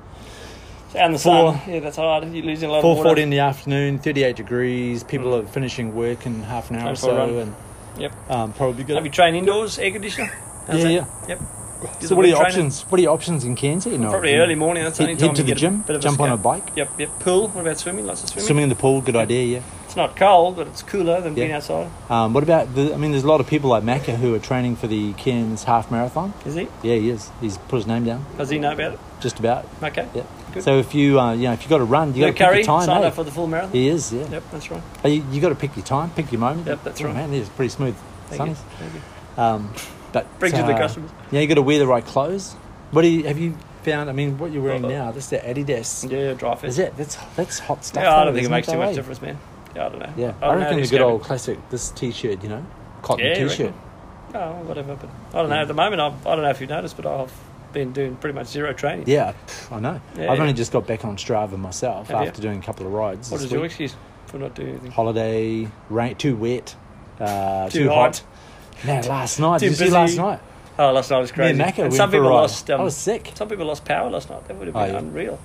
[SPEAKER 1] And the
[SPEAKER 2] Four-
[SPEAKER 1] sun. Yeah, that's hard. You're losing a lot
[SPEAKER 2] Four
[SPEAKER 1] of water. Mm.
[SPEAKER 2] forty in the afternoon, thirty-eight degrees. People are finishing work in half an hour
[SPEAKER 1] Time
[SPEAKER 2] or
[SPEAKER 1] for a run.
[SPEAKER 2] so, and
[SPEAKER 1] Yep.
[SPEAKER 2] um, probably good.
[SPEAKER 1] Have you trained indoors, air conditioner? How's
[SPEAKER 2] Yeah,
[SPEAKER 1] that?
[SPEAKER 2] yeah.
[SPEAKER 1] Yep. Do
[SPEAKER 2] so
[SPEAKER 1] the
[SPEAKER 2] what
[SPEAKER 1] wind
[SPEAKER 2] are your
[SPEAKER 1] training?
[SPEAKER 2] options? What are your options in Cairns? You know,
[SPEAKER 1] Probably early morning. That's the only
[SPEAKER 2] Head,
[SPEAKER 1] time
[SPEAKER 2] head to
[SPEAKER 1] you
[SPEAKER 2] the
[SPEAKER 1] get
[SPEAKER 2] gym,
[SPEAKER 1] A bit of
[SPEAKER 2] jump on a
[SPEAKER 1] escape.
[SPEAKER 2] bike,
[SPEAKER 1] Yep. Yep. Pool. What about swimming? Lots of swimming.
[SPEAKER 2] swimming in the pool. Good idea. Yeah.
[SPEAKER 1] It's not cold, but it's cooler than being
[SPEAKER 2] Yeah.
[SPEAKER 1] outside.
[SPEAKER 2] Um, what about? The, I mean, there's a lot of people like Macca who are training for the Cairns half marathon.
[SPEAKER 1] Is he?
[SPEAKER 2] Yeah, he is. He's put his name down.
[SPEAKER 1] Does he know about it?
[SPEAKER 2] Just about.
[SPEAKER 1] Okay.
[SPEAKER 2] Yeah.
[SPEAKER 1] Good.
[SPEAKER 2] So if you, uh, you know, if you got to run, you got to
[SPEAKER 1] Luke
[SPEAKER 2] pick
[SPEAKER 1] Curry
[SPEAKER 2] your time.
[SPEAKER 1] signed
[SPEAKER 2] eh?
[SPEAKER 1] up for the full marathon.
[SPEAKER 2] He is, yeah.
[SPEAKER 1] Yep, that's right.
[SPEAKER 2] Hey, You, you got to pick your time, pick your moment.
[SPEAKER 1] Yep, that's
[SPEAKER 2] Oh,
[SPEAKER 1] right.
[SPEAKER 2] Man, these are pretty smooth.
[SPEAKER 1] Thank you.
[SPEAKER 2] Sonny's.
[SPEAKER 1] Thank you.
[SPEAKER 2] Um, but
[SPEAKER 1] Brings you the customers.
[SPEAKER 2] Yeah, you got to wear the right clothes. What do you, have you found? I mean, what you're wearing now? This is the Adidas.
[SPEAKER 1] Yeah, dry fit.
[SPEAKER 2] Is it? That's that's hot stuff.
[SPEAKER 1] Yeah, I
[SPEAKER 2] though.
[SPEAKER 1] don't think
[SPEAKER 2] There's
[SPEAKER 1] it
[SPEAKER 2] no
[SPEAKER 1] makes too
[SPEAKER 2] other
[SPEAKER 1] much
[SPEAKER 2] way.
[SPEAKER 1] difference, man. Yeah, I don't know.
[SPEAKER 2] Yeah,
[SPEAKER 1] I,
[SPEAKER 2] I,
[SPEAKER 1] don't
[SPEAKER 2] reckon
[SPEAKER 1] know
[SPEAKER 2] the
[SPEAKER 1] this
[SPEAKER 2] good
[SPEAKER 1] guy-
[SPEAKER 2] old classic, this T-shirt, you know, cotton
[SPEAKER 1] Yeah, you reckon?
[SPEAKER 2] T-shirt.
[SPEAKER 1] Oh, well, whatever. But I don't know. At the moment, I've, I don't know if you've noticed, but I've been doing pretty much zero training.
[SPEAKER 2] Yeah, pff, I know.
[SPEAKER 1] Yeah,
[SPEAKER 2] I've
[SPEAKER 1] yeah.
[SPEAKER 2] only just got back on Strava myself
[SPEAKER 1] Have you?
[SPEAKER 2] after doing a couple of rides.
[SPEAKER 1] What
[SPEAKER 2] this
[SPEAKER 1] is your
[SPEAKER 2] week.
[SPEAKER 1] excuse for not doing anything?
[SPEAKER 2] Holiday, rain, too wet, uh,
[SPEAKER 1] Too
[SPEAKER 2] too,
[SPEAKER 1] hot.
[SPEAKER 2] hot. Man, last night,
[SPEAKER 1] Too
[SPEAKER 2] did you see
[SPEAKER 1] busy.
[SPEAKER 2] last night?
[SPEAKER 1] Oh, last night was
[SPEAKER 2] Me
[SPEAKER 1] crazy.
[SPEAKER 2] and Macca
[SPEAKER 1] And
[SPEAKER 2] went
[SPEAKER 1] some
[SPEAKER 2] for a
[SPEAKER 1] people
[SPEAKER 2] ride.
[SPEAKER 1] lost. Um,
[SPEAKER 2] I was sick
[SPEAKER 1] Some people lost power last night. That would have
[SPEAKER 2] Oh,
[SPEAKER 1] been
[SPEAKER 2] yeah.
[SPEAKER 1] unreal.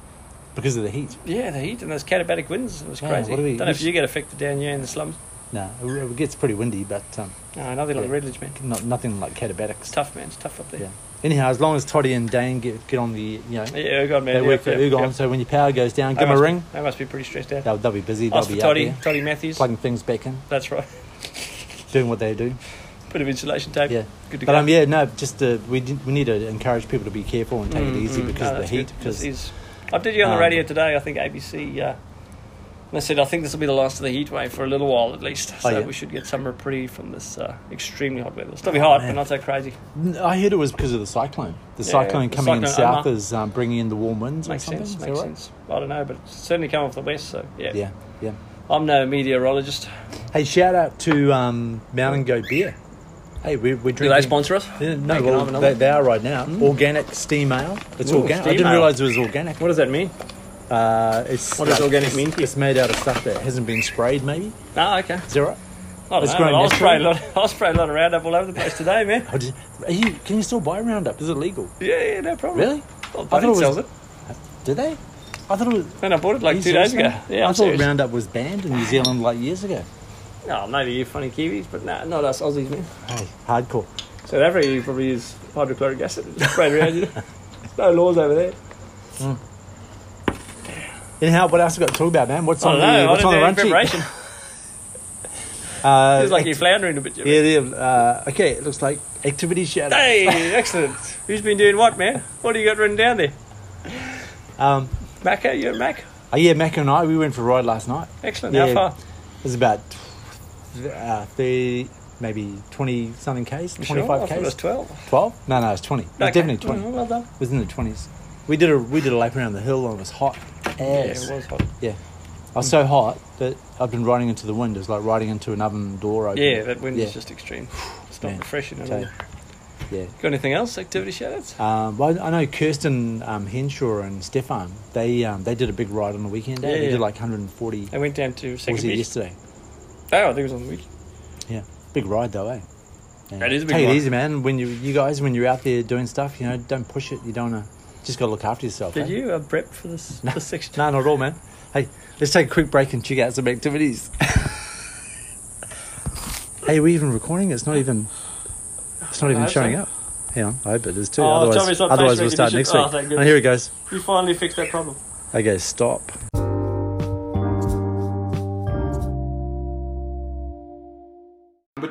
[SPEAKER 2] because of the heat.
[SPEAKER 1] Yeah, the heat and those catabatic winds. It was
[SPEAKER 2] Yeah,
[SPEAKER 1] crazy.
[SPEAKER 2] Oh, what do we-
[SPEAKER 1] don't know if
[SPEAKER 2] we-
[SPEAKER 1] you get affected down here in the slums.
[SPEAKER 2] No, it, it gets pretty windy, but um,
[SPEAKER 1] No, nothing like
[SPEAKER 2] Yeah.
[SPEAKER 1] Redledge, man.
[SPEAKER 2] not, nothing like
[SPEAKER 1] It's
[SPEAKER 2] catabatics.
[SPEAKER 1] tough, man. It's tough up there.
[SPEAKER 2] Yeah. Anyhow, as long as Toddy and Dane get, get on the, you know,
[SPEAKER 1] Yeah, Ergon, man.
[SPEAKER 2] they
[SPEAKER 1] yeah,
[SPEAKER 2] work for
[SPEAKER 1] yeah,
[SPEAKER 2] Ergon,
[SPEAKER 1] yeah.
[SPEAKER 2] so when your power goes down,
[SPEAKER 1] They
[SPEAKER 2] give them a
[SPEAKER 1] must-
[SPEAKER 2] ring.
[SPEAKER 1] They must be pretty stressed out.
[SPEAKER 2] They'll, they'll be busy. They'll
[SPEAKER 1] Ask for
[SPEAKER 2] be out
[SPEAKER 1] Toddy,
[SPEAKER 2] there,
[SPEAKER 1] Toddy Matthews.
[SPEAKER 2] plugging things back in,
[SPEAKER 1] That's right.
[SPEAKER 2] doing what they do.
[SPEAKER 1] Bit of insulation tape.
[SPEAKER 2] Yeah.
[SPEAKER 1] Good to
[SPEAKER 2] But
[SPEAKER 1] go.
[SPEAKER 2] um, yeah, no, just uh, we did, we need to encourage people to be careful and take it
[SPEAKER 1] Mm,
[SPEAKER 2] easy
[SPEAKER 1] mm,
[SPEAKER 2] because
[SPEAKER 1] no,
[SPEAKER 2] of the
[SPEAKER 1] that's
[SPEAKER 2] heat.
[SPEAKER 1] good.
[SPEAKER 2] Because
[SPEAKER 1] This is- I did you on the
[SPEAKER 2] um,
[SPEAKER 1] radio today. I think ABC. Uh, they said I think this will be the last of the heat wave for a little while at least. So
[SPEAKER 2] Oh, yeah.
[SPEAKER 1] we should get some reprieve from this uh, extremely hot weather. It's still be hot, but
[SPEAKER 2] Oh, man.
[SPEAKER 1] not so crazy.
[SPEAKER 2] I heard it was because of the cyclone. The
[SPEAKER 1] Yeah,
[SPEAKER 2] cyclone
[SPEAKER 1] the
[SPEAKER 2] coming
[SPEAKER 1] cyclone
[SPEAKER 2] in south
[SPEAKER 1] Omar.
[SPEAKER 2] is um, bringing in the warm winds
[SPEAKER 1] Makes
[SPEAKER 2] or something.
[SPEAKER 1] sense.
[SPEAKER 2] is that
[SPEAKER 1] Makes
[SPEAKER 2] right?
[SPEAKER 1] sense. I don't know, but it's certainly come off the west. So yeah.
[SPEAKER 2] Yeah, yeah.
[SPEAKER 1] I'm no meteorologist.
[SPEAKER 2] Hey, shout out to um, Mountain Goat Beer. Hey, we, we're
[SPEAKER 1] Do they
[SPEAKER 2] drinking.
[SPEAKER 1] sponsor us?
[SPEAKER 2] Yeah,
[SPEAKER 1] Taking
[SPEAKER 2] no, well,
[SPEAKER 1] over another? Hmm.
[SPEAKER 2] they, they are right now. Organic steam ale. It's
[SPEAKER 1] Ooh,
[SPEAKER 2] organic. I
[SPEAKER 1] steam
[SPEAKER 2] didn't
[SPEAKER 1] ale.
[SPEAKER 2] realise it was organic.
[SPEAKER 1] What does that mean?
[SPEAKER 2] Uh, it's
[SPEAKER 1] What does
[SPEAKER 2] like-
[SPEAKER 1] organic
[SPEAKER 2] it's-
[SPEAKER 1] mean to you?
[SPEAKER 2] It's made out of stuff that hasn't been sprayed, maybe.
[SPEAKER 1] Ah, okay.
[SPEAKER 2] Is that right?
[SPEAKER 1] I don't
[SPEAKER 2] It's
[SPEAKER 1] know.
[SPEAKER 2] grown
[SPEAKER 1] but I'll spray a
[SPEAKER 2] naturally.
[SPEAKER 1] lot. I'll spray a lot of Roundup all over the place today, man.
[SPEAKER 2] Or Oh, did, are you, can you still buy Roundup? Is it legal?
[SPEAKER 1] Yeah, yeah, no problem.
[SPEAKER 2] Really?
[SPEAKER 1] Well,
[SPEAKER 2] I thought it
[SPEAKER 1] Bunnings
[SPEAKER 2] was-
[SPEAKER 1] sells it.
[SPEAKER 2] Did they? I thought it was.
[SPEAKER 1] And I bought it
[SPEAKER 2] Are you
[SPEAKER 1] like two days
[SPEAKER 2] serious,
[SPEAKER 1] ago.
[SPEAKER 2] man?
[SPEAKER 1] Yeah, I'm
[SPEAKER 2] I thought
[SPEAKER 1] serious.
[SPEAKER 2] Roundup was banned in New Zealand like years ago.
[SPEAKER 1] No, maybe you funny Kiwis, but nah, not us Aussies, man.
[SPEAKER 2] Hey, hardcore.
[SPEAKER 1] South Africa, you probably use hydrochloric acid and spray it around you. no laws over there.
[SPEAKER 2] Anyhow, what else we got to talk about, man? What's
[SPEAKER 1] I
[SPEAKER 2] on
[SPEAKER 1] don't
[SPEAKER 2] the
[SPEAKER 1] know. I
[SPEAKER 2] what's
[SPEAKER 1] didn't do any
[SPEAKER 2] on the run sheet?
[SPEAKER 1] preparation.
[SPEAKER 2] Uh,
[SPEAKER 1] It's like you're floundering a bit. Jimmy.
[SPEAKER 2] yeah, yeah. Uh, okay, it looks like activity shout out.
[SPEAKER 1] Hey, excellent. Who's been doing what, man? What do you got written down there?
[SPEAKER 2] Um,
[SPEAKER 1] Macca, you and Mac?
[SPEAKER 2] oh yeah, Mac and I we went for a ride last night.
[SPEAKER 1] Excellent.
[SPEAKER 2] Yeah.
[SPEAKER 1] How far?
[SPEAKER 2] It was about uh, thirty, maybe twenty something k's,
[SPEAKER 1] You
[SPEAKER 2] twenty
[SPEAKER 1] Sure? I
[SPEAKER 2] five
[SPEAKER 1] thought it was
[SPEAKER 2] k's,
[SPEAKER 1] 12.
[SPEAKER 2] twelve. No, no, it was twenty. It was
[SPEAKER 1] Okay.
[SPEAKER 2] definitely twenty.
[SPEAKER 1] Mm, well done.
[SPEAKER 2] It was in the twenties. We did a we did a lap around the hill and it was hot. Ass.
[SPEAKER 1] Yeah, it was hot.
[SPEAKER 2] Yeah. I was so hot that I've been riding into the wind. It was like riding into an oven door open.
[SPEAKER 1] Yeah, that wind
[SPEAKER 2] yeah.
[SPEAKER 1] is just extreme. It's not
[SPEAKER 2] Man.
[SPEAKER 1] refreshing at
[SPEAKER 2] So,
[SPEAKER 1] all.
[SPEAKER 2] yeah.
[SPEAKER 1] Got anything else? Activity shoutouts?
[SPEAKER 2] Um, well, I know Kirsten um, Henshaw and Stefan. They um, they did a big ride on the weekend. eh?
[SPEAKER 1] Yeah,
[SPEAKER 2] they
[SPEAKER 1] yeah.
[SPEAKER 2] did like 140.
[SPEAKER 1] I went down to Second
[SPEAKER 2] Was it
[SPEAKER 1] Beach.
[SPEAKER 2] yesterday?
[SPEAKER 1] Oh, I think it was on the week.
[SPEAKER 2] Yeah, big ride though, eh? Yeah.
[SPEAKER 1] That is a big
[SPEAKER 2] Take
[SPEAKER 1] ride.
[SPEAKER 2] it easy, man. When you you guys when you're out there doing stuff, you know, don't push it. You don't wanna, just got to look after yourself.
[SPEAKER 1] Did
[SPEAKER 2] eh?
[SPEAKER 1] you uh, prep for this,
[SPEAKER 2] No.
[SPEAKER 1] this section?
[SPEAKER 2] No, not at all, man. Hey, let's take a quick break and check out some activities. hey, are we even recording? It's not even. It's not
[SPEAKER 1] I
[SPEAKER 2] even
[SPEAKER 1] hope
[SPEAKER 2] showing
[SPEAKER 1] so.
[SPEAKER 2] up. Hang on, I hope it is too.
[SPEAKER 1] Oh, tell me it's
[SPEAKER 2] otherwise,
[SPEAKER 1] not
[SPEAKER 2] otherwise
[SPEAKER 1] face
[SPEAKER 2] we'll start next
[SPEAKER 1] recognition.
[SPEAKER 2] week.
[SPEAKER 1] Oh, thank
[SPEAKER 2] Oh, here it goes.
[SPEAKER 1] You finally fixed that problem.
[SPEAKER 2] Okay, stop.
[SPEAKER 3] Number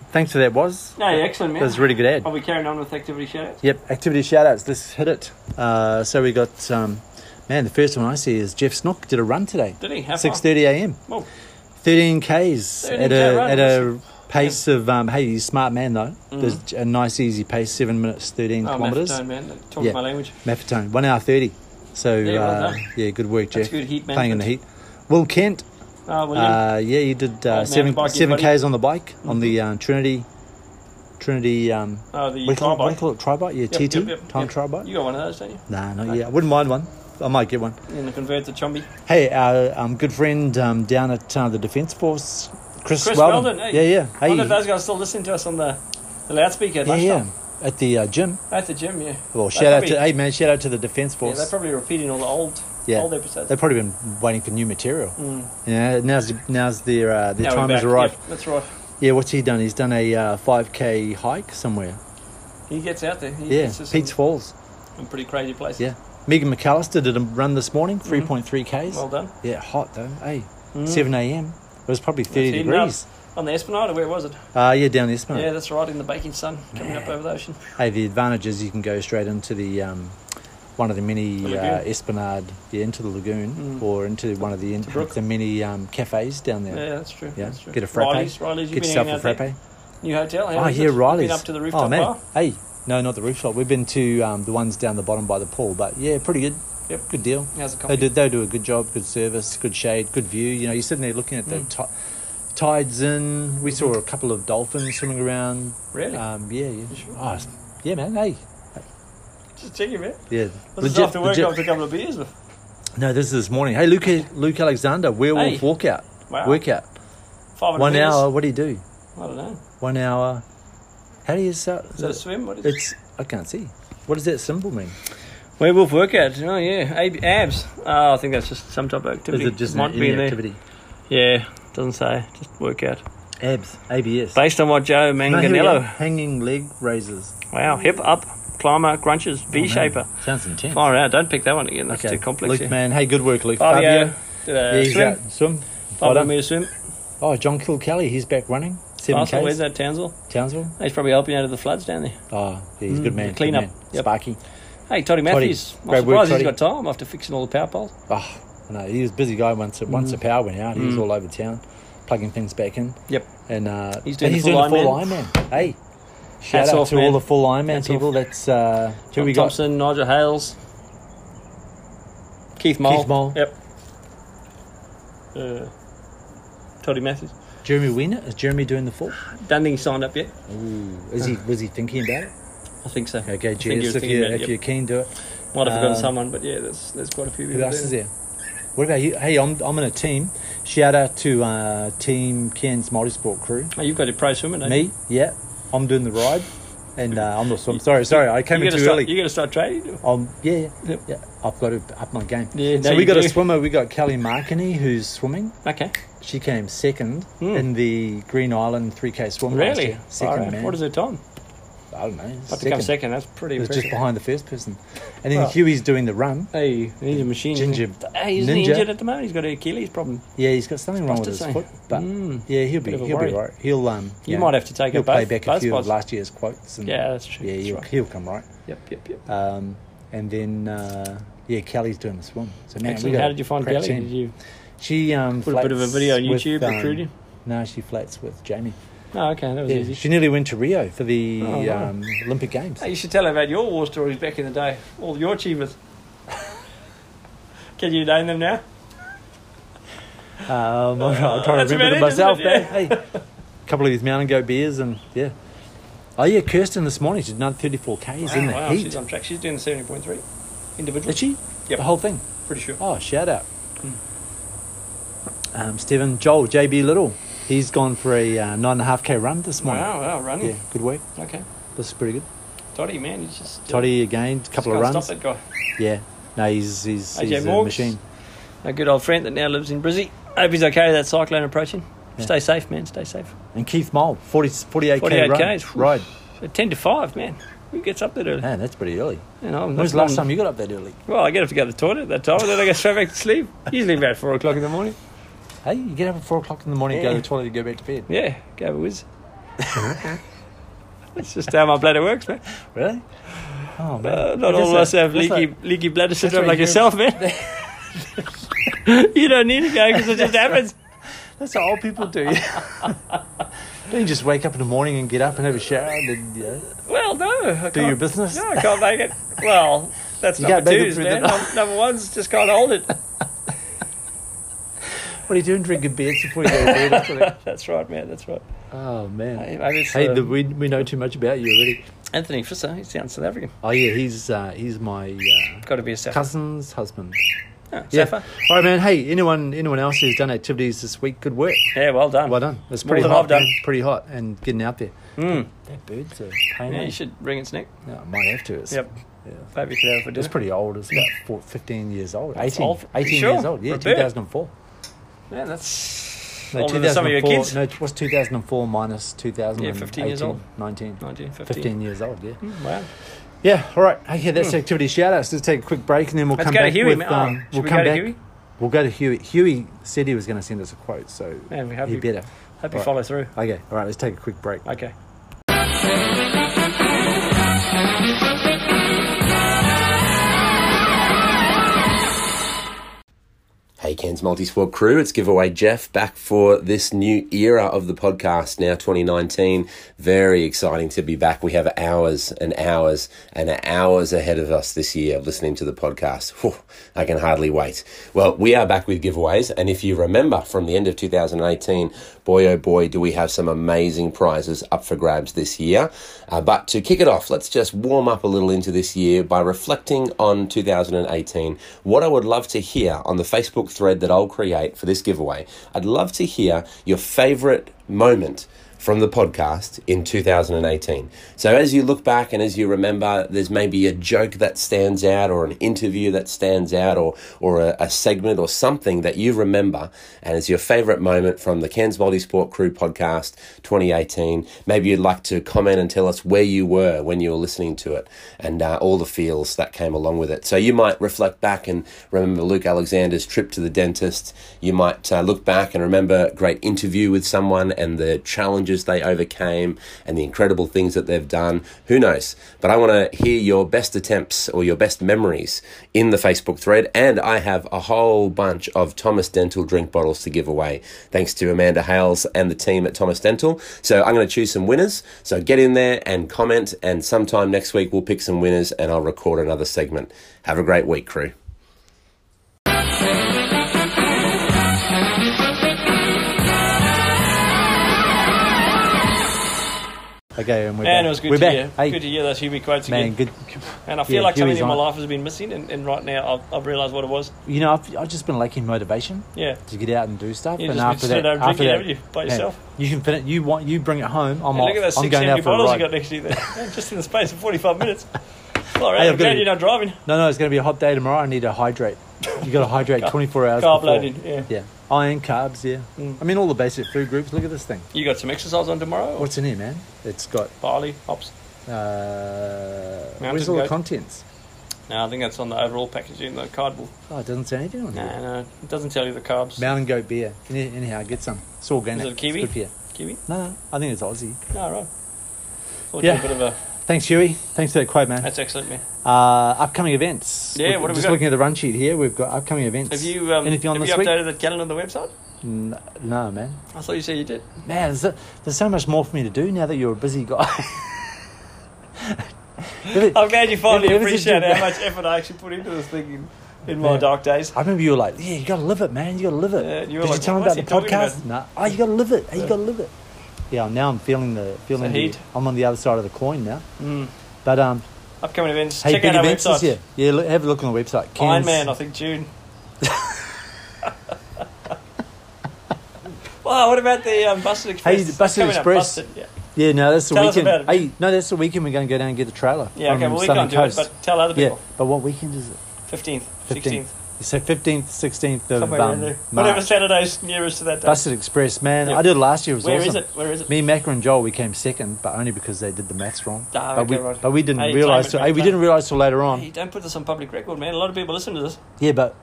[SPEAKER 2] thanks for that, Was.
[SPEAKER 1] No, yeah, excellent, man.
[SPEAKER 2] That was a really good ad.
[SPEAKER 1] Are we carrying on with activity shoutouts?
[SPEAKER 2] Yep, activity shout outs. Let's hit it. Uh, so we got, um, man, the first one I see is Jeff Snook did a run today.
[SPEAKER 1] Did he? How far?
[SPEAKER 2] 6.30 a.m.
[SPEAKER 1] Whoa.
[SPEAKER 2] 13 Ks
[SPEAKER 1] 13K
[SPEAKER 2] at a,
[SPEAKER 1] run.
[SPEAKER 2] at a pace of, um, hey, he's a smart man though. There's a nice easy pace, 7 minutes, 13
[SPEAKER 1] Mm. Oh,
[SPEAKER 2] kilometres.
[SPEAKER 1] Maffetone, man. That Talks
[SPEAKER 2] Yeah.
[SPEAKER 1] my language.
[SPEAKER 2] Maffetone, 1 hour 30. So,
[SPEAKER 1] Yeah, well
[SPEAKER 2] uh,
[SPEAKER 1] done.
[SPEAKER 2] yeah, good work, Jeff.
[SPEAKER 1] That's good heat
[SPEAKER 2] Playing in the heat. Will Kent,
[SPEAKER 1] Oh, William.
[SPEAKER 2] uh, yeah, he did uh,
[SPEAKER 1] man,
[SPEAKER 2] 7,
[SPEAKER 1] biking
[SPEAKER 2] 7
[SPEAKER 1] buddy. Mm-hmm.
[SPEAKER 2] Ks on the bike on the um, Trinity. Trinity, um,
[SPEAKER 1] oh, the
[SPEAKER 2] what do you call it-
[SPEAKER 1] car
[SPEAKER 2] what do you
[SPEAKER 1] bike.
[SPEAKER 2] call it? Tri bike? Yeah,
[SPEAKER 1] Yep,
[SPEAKER 2] TT,
[SPEAKER 1] yep, yep,
[SPEAKER 2] time
[SPEAKER 1] yep.
[SPEAKER 2] tri bike.
[SPEAKER 1] You got one of those, don't you?
[SPEAKER 2] Nah, not yet. I wouldn't mind one. I might get one.
[SPEAKER 1] In the convert to Chombi.
[SPEAKER 2] Hey, our um, good friend um, down at uh, the Defence Force, Chris,
[SPEAKER 1] Chris
[SPEAKER 2] Weldon.
[SPEAKER 1] Weldon, hey.
[SPEAKER 2] Yeah, yeah.
[SPEAKER 1] I wonder
[SPEAKER 2] Hey,
[SPEAKER 1] if those guys still listening to us on the, the loudspeaker at
[SPEAKER 2] yeah, yeah.
[SPEAKER 1] lunchtime.
[SPEAKER 2] At the uh, gym.
[SPEAKER 1] At the gym, yeah.
[SPEAKER 2] Well,
[SPEAKER 1] They
[SPEAKER 2] shout out to
[SPEAKER 1] probably-
[SPEAKER 2] hey man, shout out to the Defence
[SPEAKER 1] Yeah, they're
[SPEAKER 2] Force.
[SPEAKER 1] probably repeating all the old,
[SPEAKER 2] Yeah.
[SPEAKER 1] old episodes.
[SPEAKER 2] They've probably been waiting for new material. Yeah, now's now's their uh, their
[SPEAKER 1] Mm. Now we're
[SPEAKER 2] time has
[SPEAKER 1] back.
[SPEAKER 2] arrived.
[SPEAKER 1] Yep, that's right.
[SPEAKER 2] Yeah, what's he done? He's done a uh, five k hike somewhere.
[SPEAKER 1] He gets out there. He
[SPEAKER 2] Yeah,
[SPEAKER 1] gets us
[SPEAKER 2] Pete's
[SPEAKER 1] in,
[SPEAKER 2] Falls.
[SPEAKER 1] in pretty crazy places.
[SPEAKER 2] Yeah, Megan McAllister did a run this morning, three point three k's.
[SPEAKER 1] Mm-hmm. Well done. Mm.
[SPEAKER 2] Yeah, hot though. Hey, seven a.m. It was probably thirty
[SPEAKER 1] heating up.
[SPEAKER 2] degrees.
[SPEAKER 1] On the Esplanade, or where was it?
[SPEAKER 2] Uh, yeah, down the Esplanade.
[SPEAKER 1] Yeah, that's right, in the baking sun, coming up over the ocean.
[SPEAKER 2] Hey, the advantage is you can go straight into the um, one of the mini
[SPEAKER 1] The lagoon.
[SPEAKER 2] uh, Esplanade, yeah, into the lagoon
[SPEAKER 1] Mm.
[SPEAKER 2] or into one of the in,
[SPEAKER 1] brook.
[SPEAKER 2] the mini um, cafes down
[SPEAKER 1] Yeah,
[SPEAKER 2] there.
[SPEAKER 1] that's true.
[SPEAKER 2] Yeah,
[SPEAKER 1] That's true.
[SPEAKER 2] get a frappe.
[SPEAKER 1] Riley's, Riley's, you've
[SPEAKER 2] Get
[SPEAKER 1] been
[SPEAKER 2] yourself
[SPEAKER 1] hanging
[SPEAKER 2] a
[SPEAKER 1] out there.
[SPEAKER 2] frappe.
[SPEAKER 1] New hotel. how
[SPEAKER 2] Oh,
[SPEAKER 1] is
[SPEAKER 2] yeah,
[SPEAKER 1] it?
[SPEAKER 2] Riley's.
[SPEAKER 1] Been up to the rooftop
[SPEAKER 2] oh man,
[SPEAKER 1] bar.
[SPEAKER 2] hey, no, not the rooftop. We've been to um, the ones down the bottom by the pool, but yeah, pretty good.
[SPEAKER 1] Yep.
[SPEAKER 2] good deal.
[SPEAKER 1] How's the coffee?
[SPEAKER 2] They do, they do a good job, good service, good shade, good view. You know, you're sitting there looking at the
[SPEAKER 1] Mm.
[SPEAKER 2] ti- tides in. We saw a couple of dolphins swimming around.
[SPEAKER 1] Hmm. Really?
[SPEAKER 2] Um, yeah, yeah.
[SPEAKER 1] You sure?
[SPEAKER 2] Oh, it's- yeah, man. Hey,
[SPEAKER 1] Just checking, man.
[SPEAKER 2] yeah.
[SPEAKER 1] This is after work after a couple of beers.
[SPEAKER 2] No, this is this morning. Hey, Luke, Luke Alexander, werewolf
[SPEAKER 1] Hey.
[SPEAKER 2] walkout,
[SPEAKER 1] Wow.
[SPEAKER 2] workout.
[SPEAKER 1] Five hundred
[SPEAKER 2] One
[SPEAKER 1] meters.
[SPEAKER 2] hour. What do you do?
[SPEAKER 1] I don't know.
[SPEAKER 2] One hour. How do you start?
[SPEAKER 1] Is that a swim? What is it?
[SPEAKER 2] It's I can't see. What does that symbol mean?
[SPEAKER 1] Werewolf workout. Oh yeah, Ab- abs. Oh, I think that's just some type of
[SPEAKER 2] Is
[SPEAKER 1] activity.
[SPEAKER 2] it just
[SPEAKER 1] might
[SPEAKER 2] an
[SPEAKER 1] be in
[SPEAKER 2] any
[SPEAKER 1] there.
[SPEAKER 2] activity?
[SPEAKER 1] Yeah, doesn't say. Just workout.
[SPEAKER 2] Abs, ABS.
[SPEAKER 1] Based on what Joe
[SPEAKER 2] No, here we go.
[SPEAKER 1] Manganello.
[SPEAKER 2] hanging leg raises.
[SPEAKER 1] wow, hip up, climber, crunches, V shaper.
[SPEAKER 2] Oh, Man, Sounds intense.
[SPEAKER 1] Far out. Don't pick that one again. That's
[SPEAKER 2] okay,
[SPEAKER 1] too complex.
[SPEAKER 2] Luke,
[SPEAKER 1] yeah.
[SPEAKER 2] man, hey, good work, Luke.
[SPEAKER 1] Fabio. Did
[SPEAKER 2] yeah,
[SPEAKER 1] a
[SPEAKER 2] he's
[SPEAKER 1] swim.
[SPEAKER 2] out. Swim.
[SPEAKER 1] Five
[SPEAKER 2] Well
[SPEAKER 1] hundred meter swim.
[SPEAKER 2] done. Oh, John Kilkelly, he's back running. Seven
[SPEAKER 1] Castle, where's
[SPEAKER 2] Ks.
[SPEAKER 1] that Townsville?
[SPEAKER 2] Townsville.
[SPEAKER 1] He's probably helping out of the floods down there.
[SPEAKER 2] Oh, yeah, he's a good
[SPEAKER 1] Mm,
[SPEAKER 2] man.
[SPEAKER 1] clean
[SPEAKER 2] good
[SPEAKER 1] up.
[SPEAKER 2] man.
[SPEAKER 1] Yep.
[SPEAKER 2] Sparky.
[SPEAKER 1] Hey, Toddy Matthews. I'm
[SPEAKER 2] Great work,
[SPEAKER 1] surprised he's
[SPEAKER 2] Toddy.
[SPEAKER 1] got time after fixing all the power poles.
[SPEAKER 2] Oh, no, he was a busy guy once.
[SPEAKER 1] Mm.
[SPEAKER 2] Once the power went out, he was all over town, plugging things back in.
[SPEAKER 1] Yep.
[SPEAKER 2] And uh,
[SPEAKER 1] He's doing
[SPEAKER 2] and
[SPEAKER 1] the
[SPEAKER 2] he's
[SPEAKER 1] full
[SPEAKER 2] doing the full
[SPEAKER 1] Ironman.
[SPEAKER 2] Ironman. Hey, shout out
[SPEAKER 1] off,
[SPEAKER 2] to
[SPEAKER 1] man.
[SPEAKER 2] all the full Ironman
[SPEAKER 1] Hats off.
[SPEAKER 2] people. That's uh, who
[SPEAKER 1] John
[SPEAKER 2] we got.
[SPEAKER 1] Thompson, Nigel Hales, Keith Mole.
[SPEAKER 2] Keith Mole.
[SPEAKER 1] Yep. Uh, Toddy Matthews.
[SPEAKER 2] Jeremy Weiner. Is Jeremy doing the full?
[SPEAKER 1] Don't think he signed up yet.
[SPEAKER 2] Ooh, is he? Was he thinking about it?
[SPEAKER 1] I think so.
[SPEAKER 2] Okay,
[SPEAKER 1] I think he
[SPEAKER 2] cheers.
[SPEAKER 1] was
[SPEAKER 2] If
[SPEAKER 1] thinking
[SPEAKER 2] you
[SPEAKER 1] about it,
[SPEAKER 2] if
[SPEAKER 1] yep.
[SPEAKER 2] you're keen, do it.
[SPEAKER 1] Might have forgotten
[SPEAKER 2] um,
[SPEAKER 1] someone, but yeah, there's, there's quite a few people.
[SPEAKER 2] Who else
[SPEAKER 1] doing
[SPEAKER 2] is
[SPEAKER 1] it.
[SPEAKER 2] there? What about you? Hey, I'm I'm in a team. Shout out to uh, Team Ken's Multisport crew.
[SPEAKER 1] Oh, you've got your pro swimmer, don't you?
[SPEAKER 2] Me, yeah. I'm doing the ride, and uh, I'm the swim. Sorry, sorry, I came
[SPEAKER 1] You're
[SPEAKER 2] in
[SPEAKER 1] gonna
[SPEAKER 2] too
[SPEAKER 1] start,
[SPEAKER 2] early.
[SPEAKER 1] You're going to start trading?
[SPEAKER 2] Um, yeah, yeah,
[SPEAKER 1] Yep.
[SPEAKER 2] yeah. I've got to up my game.
[SPEAKER 1] Yeah, no,
[SPEAKER 2] so we
[SPEAKER 1] you
[SPEAKER 2] got
[SPEAKER 1] do.
[SPEAKER 2] a swimmer. We got Kelly Markany who's swimming.
[SPEAKER 1] Okay.
[SPEAKER 2] She came second
[SPEAKER 1] Hmm.
[SPEAKER 2] in the Green Island 3K swim last
[SPEAKER 1] Really?
[SPEAKER 2] year. Second
[SPEAKER 1] Far out.
[SPEAKER 2] man.
[SPEAKER 1] What is their time?
[SPEAKER 2] I don't know.
[SPEAKER 1] But to come second, that's pretty
[SPEAKER 2] It was
[SPEAKER 1] impressive.
[SPEAKER 2] just behind the first person, and then
[SPEAKER 1] Right.
[SPEAKER 2] Huey's doing the run.
[SPEAKER 1] Hey, he's a machine. isn't he?
[SPEAKER 2] Ginger.
[SPEAKER 1] Hey, isn't he
[SPEAKER 2] Ninja.
[SPEAKER 1] injured at the moment? He's got an Achilles problem.
[SPEAKER 2] Yeah, he's got something wrong with
[SPEAKER 1] Busted
[SPEAKER 2] his
[SPEAKER 1] something.
[SPEAKER 2] foot, but
[SPEAKER 1] Mm.
[SPEAKER 2] yeah, he'll be
[SPEAKER 1] Bit of a
[SPEAKER 2] he'll
[SPEAKER 1] worry.
[SPEAKER 2] be right. He'll um,
[SPEAKER 1] You might have to take
[SPEAKER 2] he'll
[SPEAKER 1] up
[SPEAKER 2] play
[SPEAKER 1] both-
[SPEAKER 2] back a
[SPEAKER 1] both
[SPEAKER 2] few
[SPEAKER 1] spots.
[SPEAKER 2] of last year's quotes. And
[SPEAKER 1] Yeah, that's true.
[SPEAKER 2] Mm. Yeah,
[SPEAKER 1] That's
[SPEAKER 2] he'll,
[SPEAKER 1] right.
[SPEAKER 2] he'll come right.
[SPEAKER 1] Yep, yep, yep.
[SPEAKER 2] Um, and then uh, yeah, Kelly's doing the swim. So man, we
[SPEAKER 1] Excellent.
[SPEAKER 2] got
[SPEAKER 1] How
[SPEAKER 2] a
[SPEAKER 1] did you find
[SPEAKER 2] crap
[SPEAKER 1] Kelly?
[SPEAKER 2] team.
[SPEAKER 1] Did you?
[SPEAKER 2] She um,
[SPEAKER 1] Put a bit of a
[SPEAKER 2] flats
[SPEAKER 1] video on
[SPEAKER 2] with,
[SPEAKER 1] YouTube,
[SPEAKER 2] um,
[SPEAKER 1] recruited?
[SPEAKER 2] No, she flats with Jamie.
[SPEAKER 1] Oh, okay, that was
[SPEAKER 2] Yeah,
[SPEAKER 1] easy.
[SPEAKER 2] she nearly went to Rio for the
[SPEAKER 1] Oh, wow.
[SPEAKER 2] um, Olympic Games.
[SPEAKER 1] Hey, you should tell her about your war stories back in the day, all your achievements. Can you name them now?
[SPEAKER 2] Um, I'm trying to
[SPEAKER 1] Oh, That's
[SPEAKER 2] remember
[SPEAKER 1] about
[SPEAKER 2] them
[SPEAKER 1] it,
[SPEAKER 2] myself.
[SPEAKER 1] isn't it?
[SPEAKER 2] man. Hey, a couple of these mountain goat beers and yeah. Oh yeah, Kirsten this morning she did another 34 k's in the
[SPEAKER 1] wow,
[SPEAKER 2] heat.
[SPEAKER 1] she's on track. She's doing the 70.3 individual.
[SPEAKER 2] Did she?
[SPEAKER 1] Yep. Hmm.
[SPEAKER 2] The whole thing.
[SPEAKER 1] Pretty sure.
[SPEAKER 2] Oh, shout out. Um, Stephen Joel JB Little, he's gone for a uh, nine and a half k run this morning.
[SPEAKER 1] Wow, wow, running.
[SPEAKER 2] Yeah, good work.
[SPEAKER 1] Okay.
[SPEAKER 2] This is pretty good.
[SPEAKER 1] Toddy, man, he's just. uh,
[SPEAKER 2] Toddy again, a
[SPEAKER 1] just
[SPEAKER 2] couple of
[SPEAKER 1] can't
[SPEAKER 2] runs.
[SPEAKER 1] Stop that guy.
[SPEAKER 2] Yeah. No, he's he's,
[SPEAKER 1] AJ
[SPEAKER 2] he's a
[SPEAKER 1] Morgs.
[SPEAKER 2] machine.
[SPEAKER 1] A good old friend that now lives in Brizzy. Hope he's okay with that cyclone approaching.
[SPEAKER 2] Yeah.
[SPEAKER 1] Stay safe, man. Stay safe.
[SPEAKER 2] And Keith Mole, 40, 48 k
[SPEAKER 1] 48
[SPEAKER 2] run.
[SPEAKER 1] Ks, whew.
[SPEAKER 2] Ride.
[SPEAKER 1] At 10 to 5, man. Who gets up that early?
[SPEAKER 2] Man, that's pretty early.
[SPEAKER 1] You know,
[SPEAKER 2] When was the last time you got up that early?
[SPEAKER 1] Well, I get up to go to the toilet at that time, and then I go straight back to sleep. Usually about 4 o'clock in the morning.
[SPEAKER 2] Hey, you get up at four o'clock in the morning,
[SPEAKER 1] Yeah.
[SPEAKER 2] go to the toilet, and go back to bed.
[SPEAKER 1] Yeah, go have a whiz. That's just how my bladder works, man.
[SPEAKER 2] Really? Oh man,
[SPEAKER 1] Uh, not
[SPEAKER 2] That's
[SPEAKER 1] all of us
[SPEAKER 2] a-
[SPEAKER 1] have
[SPEAKER 2] that's
[SPEAKER 1] leaky,
[SPEAKER 2] a-
[SPEAKER 1] leaky bladder syndrome
[SPEAKER 2] what
[SPEAKER 1] like
[SPEAKER 2] you-
[SPEAKER 1] yourself, man. you don't need to go because it just happens.
[SPEAKER 2] that's what old people do. Don't you just wake up in the morning and get up and have a shower and then, you know,
[SPEAKER 1] Well, no. I
[SPEAKER 2] do your
[SPEAKER 1] can't-
[SPEAKER 2] business?
[SPEAKER 1] No, I can't make it. Well, that's
[SPEAKER 2] You
[SPEAKER 1] number
[SPEAKER 2] can't make it
[SPEAKER 1] two's,
[SPEAKER 2] through the
[SPEAKER 1] man. Num- number one's just can't hold it.
[SPEAKER 2] What are you doing drinking beers before you go to bed? or something?
[SPEAKER 1] That's right, man. That's right.
[SPEAKER 2] oh
[SPEAKER 1] Hey,
[SPEAKER 2] man.
[SPEAKER 1] maybe it's,
[SPEAKER 2] Hey,
[SPEAKER 1] uh,
[SPEAKER 2] the, we, we know too much about you already.
[SPEAKER 1] Anthony Fisser, he sounds South African.
[SPEAKER 2] Oh yeah, he's uh, he's my uh,
[SPEAKER 1] Got to be a Safa.
[SPEAKER 2] cousin's husband.
[SPEAKER 1] Oh,
[SPEAKER 2] Yeah.
[SPEAKER 1] Safa.
[SPEAKER 2] All right, man. Hey, anyone anyone else who's done activities this week? Good work.
[SPEAKER 1] Yeah. well done.
[SPEAKER 2] Well done. It's
[SPEAKER 1] More
[SPEAKER 2] pretty
[SPEAKER 1] than
[SPEAKER 2] hot.
[SPEAKER 1] I've done.
[SPEAKER 2] man. Pretty hot and getting out there.
[SPEAKER 1] Mm.
[SPEAKER 2] That bird's a pain.
[SPEAKER 1] Yeah,
[SPEAKER 2] eh?
[SPEAKER 1] you should ring its neck.
[SPEAKER 2] Yeah, I might have to. It's,
[SPEAKER 1] Yep.
[SPEAKER 2] Yeah.
[SPEAKER 1] Maybe you could have it for
[SPEAKER 2] It's
[SPEAKER 1] dinner.
[SPEAKER 2] pretty old. It's about four, 15 years old.
[SPEAKER 1] That's
[SPEAKER 2] 18,
[SPEAKER 1] old for-
[SPEAKER 2] 18
[SPEAKER 1] sure,
[SPEAKER 2] years old. Yeah,
[SPEAKER 1] for a bird.
[SPEAKER 2] 2004.
[SPEAKER 1] Yeah, that's
[SPEAKER 2] No,
[SPEAKER 1] older than some of your
[SPEAKER 2] 2004
[SPEAKER 1] kids.
[SPEAKER 2] No, what's 2004 minus 2018?
[SPEAKER 1] 15 years old. Hmm.
[SPEAKER 2] 19.
[SPEAKER 1] 19, 15.
[SPEAKER 2] 15 years old, yeah.
[SPEAKER 1] Wow.
[SPEAKER 2] Yeah, all right. Okay, that's activity shout outs. Let's take a quick break and then we'll
[SPEAKER 1] Hmm. Let's go to
[SPEAKER 2] come back.
[SPEAKER 1] Huey,
[SPEAKER 2] with,
[SPEAKER 1] man. Oh,
[SPEAKER 2] um,
[SPEAKER 1] should
[SPEAKER 2] we'll
[SPEAKER 1] we
[SPEAKER 2] come
[SPEAKER 1] go to
[SPEAKER 2] back.
[SPEAKER 1] Huey?
[SPEAKER 2] We'll go to Huey. Huey said he was going to send us a quote, so
[SPEAKER 1] Yeah, we have
[SPEAKER 2] he
[SPEAKER 1] to.
[SPEAKER 2] better.
[SPEAKER 1] Hope you
[SPEAKER 2] Right.
[SPEAKER 1] follow through.
[SPEAKER 2] Okay, all right, let's take a quick break.
[SPEAKER 1] Okay.
[SPEAKER 4] Hey, Cairns Multisport crew, it's giveaway Jeff back for this new era of the podcast now 2019. Very exciting to be back. We have hours and hours and hours ahead of us this year of listening to the podcast. Whew, I can hardly wait. Well, we are back with giveaways, and if you remember from the end of 2018, boy oh boy, do we have some amazing prizes up for grabs this year. Uh, but to kick it off, let's just warm up a little into this year by reflecting on 2018. What I would love to hear on the Facebook thread that I'll create for this giveaway, I'd love to hear your favorite moment from the podcast in 2018. So as you look back and as you remember, there's maybe a joke that stands out or an interview that stands out or, or a, a segment or something that you remember and is your favorite moment from the Cairns Multisport Crew podcast 2018. Maybe you'd like to comment and tell us where you were when you were listening to it and uh, all the feels that came along with it. So you might reflect back and remember Luke Alexander's trip to the dentist. You might uh, look back and remember a great interview with someone and the challenges they overcame and the incredible things that they've done. Who knows? But I want to hear your best attempts or your best memories in the Facebook thread. And I have a whole bunch of Thomas Dental drink bottles to give away, thanks to Amanda Hales and the team at Thomas Dental. So I'm going to choose some winners. So get in there and comment. And sometime next week, we'll pick some winners and I'll record another segment. Have a great week, crew.
[SPEAKER 2] Okay, and we're back.
[SPEAKER 1] And it was good
[SPEAKER 2] we're
[SPEAKER 1] to
[SPEAKER 2] back.
[SPEAKER 1] hear.
[SPEAKER 2] Hey,
[SPEAKER 1] Good to hear those Huey quotes
[SPEAKER 2] man,
[SPEAKER 1] again.
[SPEAKER 2] good.
[SPEAKER 1] And I feel
[SPEAKER 2] yeah,
[SPEAKER 1] like something
[SPEAKER 2] Huey's
[SPEAKER 1] in my
[SPEAKER 2] on.
[SPEAKER 1] life has been missing, and, and right now I've, I've realised what it was.
[SPEAKER 2] You know, I've, I've just been lacking motivation
[SPEAKER 1] Yeah.
[SPEAKER 2] to get out and do stuff.
[SPEAKER 1] You've
[SPEAKER 2] and
[SPEAKER 1] just been
[SPEAKER 2] after
[SPEAKER 1] sitting
[SPEAKER 2] that,
[SPEAKER 1] there drinking,
[SPEAKER 2] after that,
[SPEAKER 1] haven't you, by
[SPEAKER 2] man,
[SPEAKER 1] yourself?
[SPEAKER 2] you can finish. You want you bring it home. I'm
[SPEAKER 1] Hey,
[SPEAKER 2] off.
[SPEAKER 1] look at those
[SPEAKER 2] I'm
[SPEAKER 1] six
[SPEAKER 2] going out
[SPEAKER 1] empty
[SPEAKER 2] for a
[SPEAKER 1] bottles you
[SPEAKER 2] ride.
[SPEAKER 1] got next to you there. just in the space of 45 minutes. All right,
[SPEAKER 2] Hey, I've
[SPEAKER 1] I'm
[SPEAKER 2] got
[SPEAKER 1] glad
[SPEAKER 2] a-
[SPEAKER 1] you're not driving.
[SPEAKER 2] No, no, it's going to be a hot day tomorrow. I need to hydrate. You got to hydrate 24 hours.
[SPEAKER 1] Carb
[SPEAKER 2] before.
[SPEAKER 1] loaded, yeah. Mm.
[SPEAKER 2] Yeah. Iron, carbs, yeah. I mean, all the basic food groups. Look at this thing.
[SPEAKER 1] You got some exercise on tomorrow? Or
[SPEAKER 2] What's in here, man? It's got.
[SPEAKER 1] barley, hops?
[SPEAKER 2] Uh,
[SPEAKER 1] Mountain
[SPEAKER 2] where's all the
[SPEAKER 1] goat.
[SPEAKER 2] contents?
[SPEAKER 1] No, I think that's on the overall package in the cardboard.
[SPEAKER 2] Oh, it doesn't say anything on
[SPEAKER 1] No,
[SPEAKER 2] here.
[SPEAKER 1] no, it doesn't tell you the carbs.
[SPEAKER 2] Mountain goat beer. Any- Anyhow, get some. It's organic.
[SPEAKER 1] Is it a kiwi?
[SPEAKER 2] It's good beer.
[SPEAKER 1] Kiwi?
[SPEAKER 2] No, no, I think it's Aussie.
[SPEAKER 1] No, right. Thought
[SPEAKER 2] Yeah.
[SPEAKER 1] you were a bit of a...
[SPEAKER 2] Thanks, Huey. Thanks for that quote, man.
[SPEAKER 1] That's excellent, man.
[SPEAKER 2] Uh, upcoming events.
[SPEAKER 1] Yeah, what
[SPEAKER 2] Look-
[SPEAKER 1] have we
[SPEAKER 2] Just
[SPEAKER 1] got?
[SPEAKER 2] looking at the run sheet here, we've got upcoming events.
[SPEAKER 1] Have you, um,
[SPEAKER 2] anything on
[SPEAKER 1] have
[SPEAKER 2] this
[SPEAKER 1] you
[SPEAKER 2] week?
[SPEAKER 1] updated that calendar on the website?
[SPEAKER 2] N- No, man.
[SPEAKER 1] I thought you said you did.
[SPEAKER 2] Man, there's, so- there's so much more for me to do now that you're a busy guy. Really,
[SPEAKER 1] I'm glad you finally
[SPEAKER 2] Ever- ever since
[SPEAKER 1] appreciate
[SPEAKER 2] you-
[SPEAKER 1] how much effort I actually put into this thing in, in my
[SPEAKER 2] Yeah.
[SPEAKER 1] dark days.
[SPEAKER 2] I remember you were like, "Yeah, you gotta live it, man. You gotta live it."
[SPEAKER 1] Yeah, you
[SPEAKER 2] you
[SPEAKER 1] were
[SPEAKER 2] Did you
[SPEAKER 1] like,
[SPEAKER 2] tell him
[SPEAKER 1] "What's
[SPEAKER 2] about the
[SPEAKER 1] he talking
[SPEAKER 2] podcast? No. Oh, you gotta live it. Hey, You gotta live it. Yeah, now I'm feeling the feeling.
[SPEAKER 1] The
[SPEAKER 2] the-
[SPEAKER 1] heat.
[SPEAKER 2] I'm on the other side of the coin now. But um,
[SPEAKER 1] Upcoming events.
[SPEAKER 2] hey,
[SPEAKER 1] Check
[SPEAKER 2] big
[SPEAKER 1] out our
[SPEAKER 2] events
[SPEAKER 1] website.
[SPEAKER 2] this year. Yeah, look, have a look on the website.
[SPEAKER 1] Iron
[SPEAKER 2] Cairns-
[SPEAKER 1] Man, I think June. wow, what about the um, Busted Express?
[SPEAKER 2] Hey, the
[SPEAKER 1] It's
[SPEAKER 2] Busted
[SPEAKER 1] coming up,
[SPEAKER 2] Express.
[SPEAKER 1] Busted, yeah.
[SPEAKER 2] Yeah, no, that's the
[SPEAKER 1] Tell us
[SPEAKER 2] weekend.
[SPEAKER 1] about it.
[SPEAKER 2] Hey, no, that's the weekend. We're gonna go down and get the trailer.
[SPEAKER 1] yeah, okay,
[SPEAKER 2] from
[SPEAKER 1] well, we
[SPEAKER 2] Southern
[SPEAKER 1] can't do it,
[SPEAKER 2] Coast.
[SPEAKER 1] but tell other
[SPEAKER 2] yeah,
[SPEAKER 1] people.
[SPEAKER 2] but what weekend is it?
[SPEAKER 1] 15th, 16th,
[SPEAKER 2] Fifteenth. So fifteenth, sixteenth of
[SPEAKER 1] somewhere around
[SPEAKER 2] um,
[SPEAKER 1] there. Whatever
[SPEAKER 2] March.
[SPEAKER 1] Saturday's nearest to that day.
[SPEAKER 2] Busted Express, man.
[SPEAKER 1] Yeah.
[SPEAKER 2] I did it last year. It was
[SPEAKER 1] Where is
[SPEAKER 2] awesome.
[SPEAKER 1] it? Where is it?
[SPEAKER 2] Me, Macca, and Joel, we came second, but only because they did the maths wrong.
[SPEAKER 1] Ah,
[SPEAKER 2] but,
[SPEAKER 1] okay,
[SPEAKER 2] we,
[SPEAKER 1] right.
[SPEAKER 2] but we didn't
[SPEAKER 1] Hey, claim
[SPEAKER 2] realize.
[SPEAKER 1] it,
[SPEAKER 2] till-
[SPEAKER 1] mate,
[SPEAKER 2] hey, we
[SPEAKER 1] claim
[SPEAKER 2] didn't realize till later on.
[SPEAKER 1] Hey, don't put this on public record, man. A lot of people listen to this.
[SPEAKER 2] Yeah, but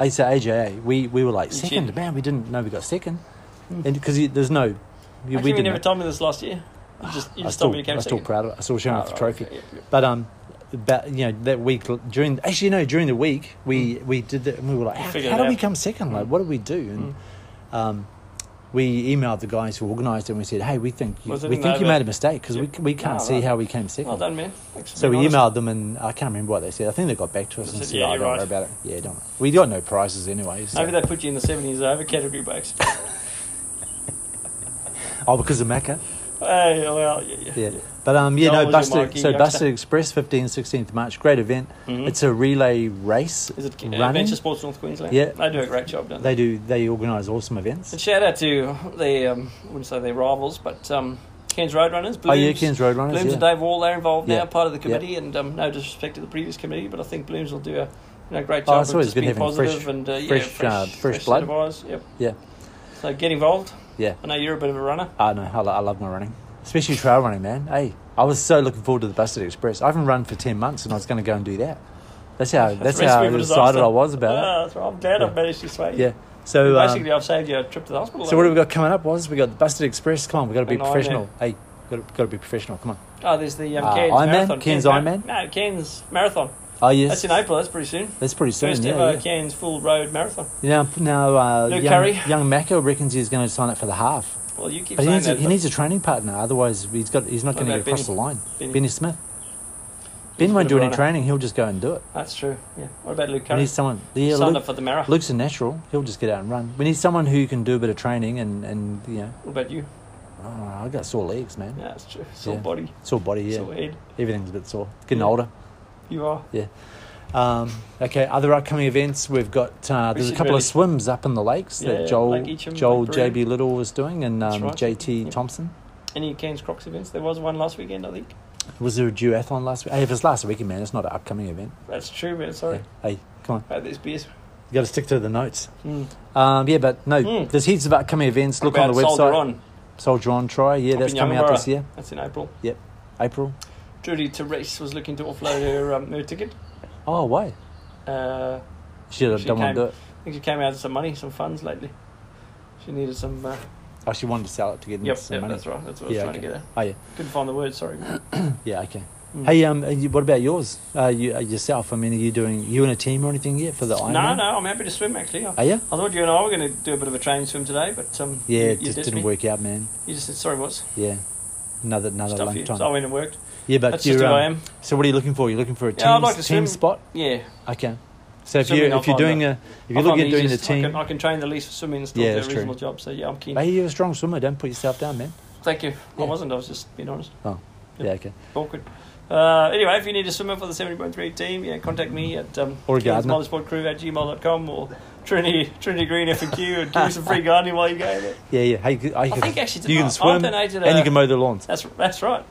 [SPEAKER 2] I say AJA, we, we were like
[SPEAKER 1] You
[SPEAKER 2] second.
[SPEAKER 1] cheated.
[SPEAKER 2] Man, we didn't know we got second, and because there's no, you,
[SPEAKER 1] Actually,
[SPEAKER 2] we
[SPEAKER 1] you
[SPEAKER 2] didn't.
[SPEAKER 1] never
[SPEAKER 2] know.
[SPEAKER 1] told me this last year. You just, you
[SPEAKER 2] I
[SPEAKER 1] just
[SPEAKER 2] still,
[SPEAKER 1] told me you came
[SPEAKER 2] I still
[SPEAKER 1] second.
[SPEAKER 2] proud of it. I still showing
[SPEAKER 1] Ah,
[SPEAKER 2] off the
[SPEAKER 1] right,
[SPEAKER 2] trophy.
[SPEAKER 1] okay, yeah, yeah.
[SPEAKER 2] But um, but you know that week during actually no during the week we we did that and we were like how,
[SPEAKER 1] Hmm. Figured
[SPEAKER 2] how
[SPEAKER 1] it
[SPEAKER 2] do we
[SPEAKER 1] out. Hmm.
[SPEAKER 2] come second like what do we do and um, we emailed the guys who organised it and we said hey we think you,
[SPEAKER 1] Was it
[SPEAKER 2] we
[SPEAKER 1] in
[SPEAKER 2] think you
[SPEAKER 1] Nova?
[SPEAKER 2] made a mistake because
[SPEAKER 1] Yeah.
[SPEAKER 2] we we can't
[SPEAKER 1] Ah,
[SPEAKER 2] see
[SPEAKER 1] right.
[SPEAKER 2] how we came second.
[SPEAKER 1] Well done, man. Thanks for
[SPEAKER 2] So we
[SPEAKER 1] being honest.
[SPEAKER 2] emailed them, and I can't remember what they said. I think they got back to us
[SPEAKER 1] They
[SPEAKER 2] and
[SPEAKER 1] said,
[SPEAKER 2] said,
[SPEAKER 1] "Yeah,
[SPEAKER 2] "Oh,
[SPEAKER 1] you're
[SPEAKER 2] don't
[SPEAKER 1] right."
[SPEAKER 2] worry about it." Yeah, don't. Worry. We got no prizes anyway. so-
[SPEAKER 1] Maybe they put you in the 70s over category breaks.
[SPEAKER 2] Oh, because of Macca.
[SPEAKER 1] hey, well, yeah, yeah.
[SPEAKER 2] Yeah. But um, yeah,
[SPEAKER 1] Joel was
[SPEAKER 2] no,
[SPEAKER 1] your
[SPEAKER 2] Buster.
[SPEAKER 1] marquee
[SPEAKER 2] So
[SPEAKER 1] youngster.
[SPEAKER 2] Buster Express, 15th, 16th March, great event. It's a relay race.
[SPEAKER 1] Is it
[SPEAKER 2] running?
[SPEAKER 1] uh, Adventure Sports North Queensland?
[SPEAKER 2] Yeah.
[SPEAKER 1] They do a great job, don't they?
[SPEAKER 2] They do. They organise awesome events.
[SPEAKER 1] And shout out to the, um, I wouldn't say their rivals, but um, Cairns Roadrunners.
[SPEAKER 2] Oh,
[SPEAKER 1] Blooms,
[SPEAKER 2] yeah, Cairns Roadrunners,
[SPEAKER 1] Blooms
[SPEAKER 2] yeah.
[SPEAKER 1] and Dave Wall, they're involved
[SPEAKER 2] Yeah.
[SPEAKER 1] now, part of the
[SPEAKER 2] Yeah.
[SPEAKER 1] committee, and um, no disrespect to the previous committee, but I think Blooms will do a you know, great job
[SPEAKER 2] Oh,
[SPEAKER 1] of
[SPEAKER 2] it's always
[SPEAKER 1] just
[SPEAKER 2] good
[SPEAKER 1] being
[SPEAKER 2] having fresh-
[SPEAKER 1] positive and uh, yeah,
[SPEAKER 2] fresh,
[SPEAKER 1] fresh,
[SPEAKER 2] uh,
[SPEAKER 1] fresh
[SPEAKER 2] fresh
[SPEAKER 1] set
[SPEAKER 2] blood.
[SPEAKER 1] of eyes. Yep.
[SPEAKER 2] Yeah,
[SPEAKER 1] So get involved.
[SPEAKER 2] yeah.
[SPEAKER 1] I know you're a bit of a runner.
[SPEAKER 2] I know. I, lo- I love my running, especially trail running, man. Hey, I was so looking forward to the Busted Express. I haven't run for ten months, and I was going to go and do that. That's how. That's
[SPEAKER 1] The rest of
[SPEAKER 2] how
[SPEAKER 1] you were
[SPEAKER 2] excited
[SPEAKER 1] disaster.
[SPEAKER 2] I was about it.
[SPEAKER 1] Ah, that's right. I'm glad I've managed to sway you.
[SPEAKER 2] Yeah. So, um,
[SPEAKER 1] Basically, I've saved you a trip to the hospital.
[SPEAKER 2] so what have we got coming up? Was we got the Busted Express? Come on, we got to be
[SPEAKER 1] An Ironman.
[SPEAKER 2] professional. Hey, got to, got to be professional. Come on.
[SPEAKER 1] Oh, there's the um,
[SPEAKER 2] Uh,
[SPEAKER 1] Cairns
[SPEAKER 2] Ironman?
[SPEAKER 1] Marathon.
[SPEAKER 2] Cairns
[SPEAKER 1] Mar-
[SPEAKER 2] Ironman?
[SPEAKER 1] No, Cairns Marathon.
[SPEAKER 2] Oh yes,
[SPEAKER 1] That's in April. That's pretty soon.
[SPEAKER 2] That's pretty soon.
[SPEAKER 1] First
[SPEAKER 2] yeah,
[SPEAKER 1] ever
[SPEAKER 2] yeah.
[SPEAKER 1] Cairns full road marathon.
[SPEAKER 2] Now, now uh,
[SPEAKER 1] Luke
[SPEAKER 2] young,
[SPEAKER 1] Curry.
[SPEAKER 2] young Macca reckons he's going to sign up for the half.
[SPEAKER 1] Well, you keep
[SPEAKER 2] But he
[SPEAKER 1] saying
[SPEAKER 2] needs, a,
[SPEAKER 1] that.
[SPEAKER 2] he
[SPEAKER 1] but
[SPEAKER 2] needs a training partner, otherwise he's got he's not
[SPEAKER 1] What
[SPEAKER 2] going to
[SPEAKER 1] about
[SPEAKER 2] get across
[SPEAKER 1] Benny?
[SPEAKER 2] the line.
[SPEAKER 1] Benny.
[SPEAKER 2] Benny, Smith.
[SPEAKER 1] a
[SPEAKER 2] Ben
[SPEAKER 1] bit
[SPEAKER 2] won't do
[SPEAKER 1] of a
[SPEAKER 2] any
[SPEAKER 1] runner.
[SPEAKER 2] training. He'll just go and do it.
[SPEAKER 1] That's true. Yeah. What about Luke
[SPEAKER 2] We
[SPEAKER 1] Curry?
[SPEAKER 2] need someone. Yeah,
[SPEAKER 1] Signed
[SPEAKER 2] Luke,
[SPEAKER 1] up for the marathon.
[SPEAKER 2] Luke's a natural. He'll just get out and run. We need someone who can do a bit of training and and you know.
[SPEAKER 1] What about you?
[SPEAKER 2] Oh, I got sore legs, man.
[SPEAKER 1] Yeah, that's true. Sore
[SPEAKER 2] Yeah.
[SPEAKER 1] body.
[SPEAKER 2] Sore body, yeah.
[SPEAKER 1] Sore head.
[SPEAKER 2] Everything's a bit sore. Getting
[SPEAKER 1] Yeah.
[SPEAKER 2] older.
[SPEAKER 1] You are.
[SPEAKER 2] Yeah. Um, okay. Other upcoming events we've got. Uh,
[SPEAKER 1] We
[SPEAKER 2] there's a
[SPEAKER 1] should
[SPEAKER 2] couple
[SPEAKER 1] really-
[SPEAKER 2] of swims up in the lakes
[SPEAKER 1] Yeah,
[SPEAKER 2] that Joel
[SPEAKER 1] like Eacham,
[SPEAKER 2] Joel
[SPEAKER 1] like Broome.
[SPEAKER 2] JB Little was doing and
[SPEAKER 1] That's
[SPEAKER 2] um,
[SPEAKER 1] right.
[SPEAKER 2] JT
[SPEAKER 1] Yeah.
[SPEAKER 2] Thompson.
[SPEAKER 1] Any Cairns Crocs events? There was one last weekend, I think.
[SPEAKER 2] Was there a duathlon last week? Hey, if it's last weekend, man, it's not an upcoming event.
[SPEAKER 1] That's true, man. Sorry.
[SPEAKER 2] Yeah. Hey, come on.
[SPEAKER 1] About these beers.
[SPEAKER 2] You got to stick to the notes.
[SPEAKER 1] Mm.
[SPEAKER 2] Um, yeah, but no,
[SPEAKER 1] Mm.
[SPEAKER 2] there's heaps of upcoming events. Look
[SPEAKER 1] About
[SPEAKER 2] on the website.
[SPEAKER 1] Soldier on.
[SPEAKER 2] Soldier on Try. Yeah,
[SPEAKER 1] up
[SPEAKER 2] that's
[SPEAKER 1] in
[SPEAKER 2] coming out
[SPEAKER 1] Yarrabarra.
[SPEAKER 2] this year.
[SPEAKER 1] That's in April.
[SPEAKER 2] Yep. April.
[SPEAKER 1] Trudy Therese was looking to offload her, um, her ticket.
[SPEAKER 2] Oh, why?
[SPEAKER 1] Uh,
[SPEAKER 2] She
[SPEAKER 1] She
[SPEAKER 2] don't want to
[SPEAKER 1] came-
[SPEAKER 2] do it.
[SPEAKER 1] I think she came out of some money, some funds lately. She needed some. Uh,
[SPEAKER 2] Oh, she wanted to sell it to get
[SPEAKER 1] yep,
[SPEAKER 2] some
[SPEAKER 1] yep
[SPEAKER 2] money.
[SPEAKER 1] that's right. That's what I was
[SPEAKER 2] Yeah,
[SPEAKER 1] trying to
[SPEAKER 2] okay.
[SPEAKER 1] get at.
[SPEAKER 2] Oh, yeah.
[SPEAKER 1] Couldn't find the word, sorry.
[SPEAKER 2] Yeah, okay.
[SPEAKER 1] Mm.
[SPEAKER 2] Hey, um, and you- what about yours? Uh, you, uh, yourself? I mean, are you doing you in a team or anything yet for the Ironman?
[SPEAKER 1] no, no, I'm happy to swim actually. I,
[SPEAKER 2] Are you?
[SPEAKER 1] I thought you and I were going to do a bit of a training swim today, but um,
[SPEAKER 2] Yeah,
[SPEAKER 1] you,
[SPEAKER 2] it
[SPEAKER 1] you
[SPEAKER 2] just
[SPEAKER 1] ditched
[SPEAKER 2] didn't
[SPEAKER 1] me.
[SPEAKER 2] work out, man.
[SPEAKER 1] You just said sorry, what's
[SPEAKER 2] Yeah, another another
[SPEAKER 1] stuff
[SPEAKER 2] long
[SPEAKER 1] you.
[SPEAKER 2] time.
[SPEAKER 1] So I went and worked.
[SPEAKER 2] yeah, but
[SPEAKER 1] That's
[SPEAKER 2] you're.
[SPEAKER 1] just who I
[SPEAKER 2] um,
[SPEAKER 1] am.
[SPEAKER 2] So what are you looking for? You're looking for a team,
[SPEAKER 1] Yeah, I'd like to swim.
[SPEAKER 2] team spot.
[SPEAKER 1] Yeah,
[SPEAKER 2] Okay. So if
[SPEAKER 1] Swimming,
[SPEAKER 2] you
[SPEAKER 1] I'll
[SPEAKER 2] if you're
[SPEAKER 1] find
[SPEAKER 2] doing
[SPEAKER 1] a-
[SPEAKER 2] a if you're
[SPEAKER 1] I find
[SPEAKER 2] looking at
[SPEAKER 1] the
[SPEAKER 2] doing a
[SPEAKER 1] easiest- I can,
[SPEAKER 2] team,
[SPEAKER 1] I can train the least for swimming and still
[SPEAKER 2] Yeah,
[SPEAKER 1] do a
[SPEAKER 2] that's true.
[SPEAKER 1] reasonable job. So yeah, I'm keen.
[SPEAKER 2] hey, you're a strong swimmer. Don't put yourself down, man.
[SPEAKER 1] Thank you. I
[SPEAKER 2] Yeah.
[SPEAKER 1] wasn't. I was just being honest.
[SPEAKER 2] Oh,
[SPEAKER 1] Yep.
[SPEAKER 2] yeah, okay.
[SPEAKER 1] Awkward. Uh, anyway, if you need a swimmer for the 70.3 team, yeah, contact me at um,
[SPEAKER 2] Or a gardener.
[SPEAKER 1] motorsportcrew at gmail.com or Trinity, Trinity Green FAQ and give me some free gardening while you go there.
[SPEAKER 2] Yeah, yeah. Hey, I,
[SPEAKER 1] I think actually tonight,
[SPEAKER 2] you
[SPEAKER 1] I
[SPEAKER 2] can swim
[SPEAKER 1] donated
[SPEAKER 2] and
[SPEAKER 1] a-
[SPEAKER 2] you can mow the lawns.
[SPEAKER 1] That's that's right.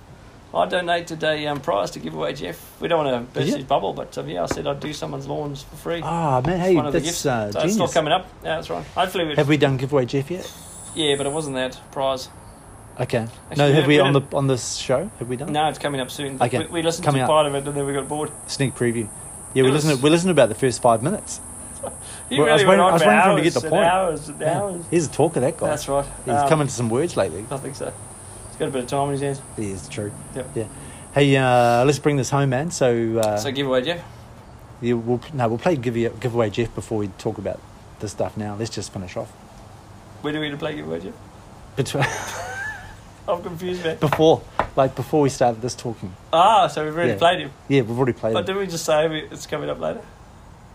[SPEAKER 1] I donated a um, prize to give away, Jeff. We don't want to burst
[SPEAKER 2] you?
[SPEAKER 1] his bubble, but um, yeah, I said I'd do someone's lawns for free.
[SPEAKER 2] Ah, man,
[SPEAKER 1] It's
[SPEAKER 2] hey,
[SPEAKER 1] one of the
[SPEAKER 2] that's
[SPEAKER 1] gifts.
[SPEAKER 2] uh,
[SPEAKER 1] so it's not
[SPEAKER 2] genius.
[SPEAKER 1] coming up. Yeah, that's right. Hopefully, we
[SPEAKER 2] Have we done giveaway Jeff yet?
[SPEAKER 1] yeah, but it wasn't that prize.
[SPEAKER 2] Okay.
[SPEAKER 1] Actually,
[SPEAKER 2] No, have
[SPEAKER 1] we
[SPEAKER 2] we on the
[SPEAKER 1] didn't-
[SPEAKER 2] on this show? Have we done?
[SPEAKER 1] No, it's coming up soon.
[SPEAKER 2] Okay,
[SPEAKER 1] We, we listened
[SPEAKER 2] coming
[SPEAKER 1] to
[SPEAKER 2] up.
[SPEAKER 1] part of it and then we got bored.
[SPEAKER 2] Sneak preview. Yeah, we
[SPEAKER 1] It was-
[SPEAKER 2] listened. We listened about the first five minutes.
[SPEAKER 1] You
[SPEAKER 2] Well, I was
[SPEAKER 1] really went
[SPEAKER 2] waiting-
[SPEAKER 1] on
[SPEAKER 2] I was
[SPEAKER 1] for
[SPEAKER 2] waiting for him to
[SPEAKER 1] hours
[SPEAKER 2] get the
[SPEAKER 1] and
[SPEAKER 2] point.
[SPEAKER 1] Hours and hours.
[SPEAKER 2] He's a talker. That guy.
[SPEAKER 1] That's right.
[SPEAKER 2] He's
[SPEAKER 1] Um,
[SPEAKER 2] coming to some words lately.
[SPEAKER 1] I think so. He's got a bit of time on his hands.
[SPEAKER 2] He is true.
[SPEAKER 1] Yep.
[SPEAKER 2] Yeah. Hey, uh, let's bring this home, man. So, uh,
[SPEAKER 1] So give away, Jeff.
[SPEAKER 2] yeah, we'll, no, we'll play give giveaway Jeff before we talk about this stuff. Now, let's just finish off.
[SPEAKER 1] Where do we to play give away, Jeff?
[SPEAKER 2] Between,
[SPEAKER 1] I'm confused, man.
[SPEAKER 2] before, like before we started this talking.
[SPEAKER 1] Ah, so we've already
[SPEAKER 2] Yeah.
[SPEAKER 1] played him.
[SPEAKER 2] Yeah, we've already played.
[SPEAKER 1] But
[SPEAKER 2] it.
[SPEAKER 1] didn't we just say we- it's coming up later?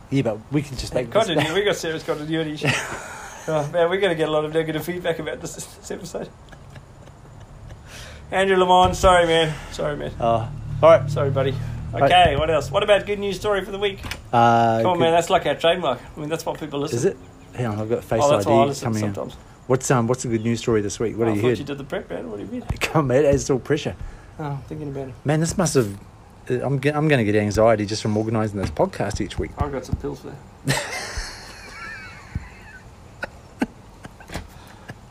[SPEAKER 2] Yeah, but we can just make this-
[SPEAKER 1] Continuity. we got serious continuity issues. oh, man, we're going to get a lot of negative feedback about this, this episode. Andrew Lamont, sorry, man. Sorry, man.
[SPEAKER 2] Uh, all right.
[SPEAKER 1] Sorry, buddy.
[SPEAKER 2] Right.
[SPEAKER 1] Okay, what else? What about good news story for the week?
[SPEAKER 2] Uh,
[SPEAKER 1] Come on,
[SPEAKER 2] good-
[SPEAKER 1] man, that's like our trademark. I mean, that's what people listen.
[SPEAKER 2] Is it? Hang on, I've got Face
[SPEAKER 1] Oh, that's why I
[SPEAKER 2] ID
[SPEAKER 1] listen
[SPEAKER 2] coming in.
[SPEAKER 1] sometimes.
[SPEAKER 2] What's um, what's a good news story this week? What
[SPEAKER 1] Oh, I
[SPEAKER 2] have you
[SPEAKER 1] thought
[SPEAKER 2] heard?
[SPEAKER 1] you did the prep, man. What do you mean?
[SPEAKER 2] Come on, man, it's all pressure.
[SPEAKER 1] Oh, I'm thinking about it.
[SPEAKER 2] Man, this must have. uh, I'm, ge- I'm going to get anxiety just from organising this podcast each week.
[SPEAKER 1] I've got some pills for that.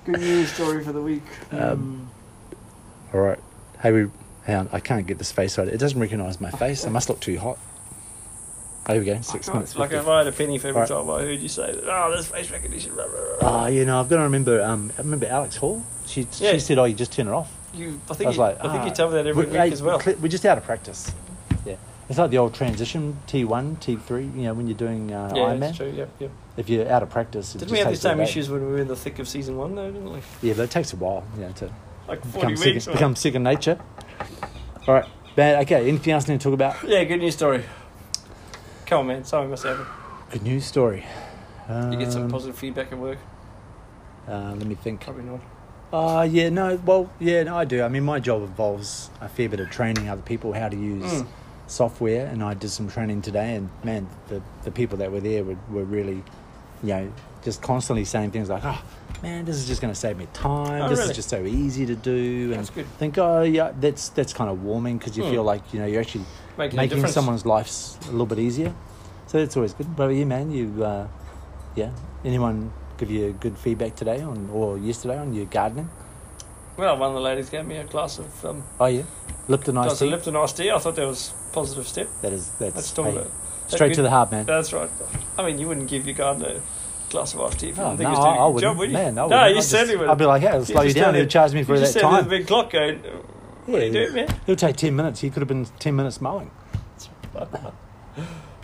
[SPEAKER 1] Good news story for the week. Um,
[SPEAKER 2] All right. Hey, we. Hang on, I can't get this face right. It doesn't recognise my face. I must look too hot. Oh, here we go. Six minutes.
[SPEAKER 1] it's like if
[SPEAKER 2] 50.
[SPEAKER 1] I had a penny for every
[SPEAKER 2] Right.
[SPEAKER 1] time I heard you say that. Oh, there's face recognition. Rah, rah, rah, rah."
[SPEAKER 2] Oh, you know, I've got to remember. Um, I remember Alex Hall. She
[SPEAKER 1] Yeah.
[SPEAKER 2] she said, "Oh, you just turn it off."
[SPEAKER 1] You, I
[SPEAKER 2] I
[SPEAKER 1] think,
[SPEAKER 2] was
[SPEAKER 1] you,
[SPEAKER 2] like,
[SPEAKER 1] I think
[SPEAKER 2] "Ah."
[SPEAKER 1] you tell me that every
[SPEAKER 2] We-
[SPEAKER 1] week
[SPEAKER 2] hey,
[SPEAKER 1] as well.
[SPEAKER 2] cl- We're just out of practice. Yeah, it's like the old transition T one T three. You know, when you're doing uh,
[SPEAKER 1] yeah,
[SPEAKER 2] Ironman,
[SPEAKER 1] that's true. Yep, yep.
[SPEAKER 2] if you're out of practice, it
[SPEAKER 1] Didn't
[SPEAKER 2] just
[SPEAKER 1] we have the
[SPEAKER 2] takes all
[SPEAKER 1] same
[SPEAKER 2] day.
[SPEAKER 1] issues when we were in the thick of season one, though, didn't we?
[SPEAKER 2] Yeah, but it takes a while. You know, to
[SPEAKER 1] Like 40
[SPEAKER 2] become
[SPEAKER 1] weeks.
[SPEAKER 2] second,
[SPEAKER 1] or-
[SPEAKER 2] become second nature. All right, man. Okay, anything else we need to talk about?
[SPEAKER 1] Yeah, good news story. Come on, man. Something must happen.
[SPEAKER 2] Good news story.
[SPEAKER 1] You get some
[SPEAKER 2] Um,
[SPEAKER 1] positive feedback at work?
[SPEAKER 2] Uh, let me think.
[SPEAKER 1] Probably not.
[SPEAKER 2] Uh, yeah, no, well, yeah, no, I do. I mean, my job involves a fair bit of training other people how to use
[SPEAKER 1] Mm.
[SPEAKER 2] software, and I did some training today, and man, the, the people that were there were, were really, you know, just constantly saying things like, oh, man, this is just going to save me time.
[SPEAKER 1] Oh,
[SPEAKER 2] this
[SPEAKER 1] really?
[SPEAKER 2] is just so easy to do.
[SPEAKER 1] That's
[SPEAKER 2] and
[SPEAKER 1] good.
[SPEAKER 2] think, oh, yeah, that's, that's kind of warming because you
[SPEAKER 1] Mm.
[SPEAKER 2] feel like, you know, you're actually
[SPEAKER 1] Making a
[SPEAKER 2] making
[SPEAKER 1] difference.
[SPEAKER 2] someone's life a little bit easier. So that's always good. But yeah, man, you, uh, yeah, anyone give you good feedback today on or yesterday on your gardening?
[SPEAKER 1] Well, one of the ladies gave me a glass of um,
[SPEAKER 2] Oh yeah, Lipton
[SPEAKER 1] glass
[SPEAKER 2] iced tea.
[SPEAKER 1] of Lipton iced tea. I thought that was a positive step.
[SPEAKER 2] that is that's
[SPEAKER 1] Let's talk
[SPEAKER 2] hey,
[SPEAKER 1] about it.
[SPEAKER 2] straight
[SPEAKER 1] good-
[SPEAKER 2] to the heart, man.
[SPEAKER 1] That's right. I mean, you wouldn't give your gardener glass of Irish tea. if you
[SPEAKER 2] Oh,
[SPEAKER 1] don't
[SPEAKER 2] no,
[SPEAKER 1] think it's
[SPEAKER 2] I,
[SPEAKER 1] doing
[SPEAKER 2] I
[SPEAKER 1] a good
[SPEAKER 2] wouldn't.
[SPEAKER 1] job, would you?
[SPEAKER 2] Man, I
[SPEAKER 1] no,
[SPEAKER 2] wouldn't. I'd
[SPEAKER 1] you
[SPEAKER 2] just-
[SPEAKER 1] certainly would.
[SPEAKER 2] I'd be like, yeah, slow you down. He'll charge me for
[SPEAKER 1] you
[SPEAKER 2] that
[SPEAKER 1] just stand there
[SPEAKER 2] time.
[SPEAKER 1] with a big clock going, what are you doing, man?
[SPEAKER 2] He'll take 10 minutes. He could have been 10 minutes mowing.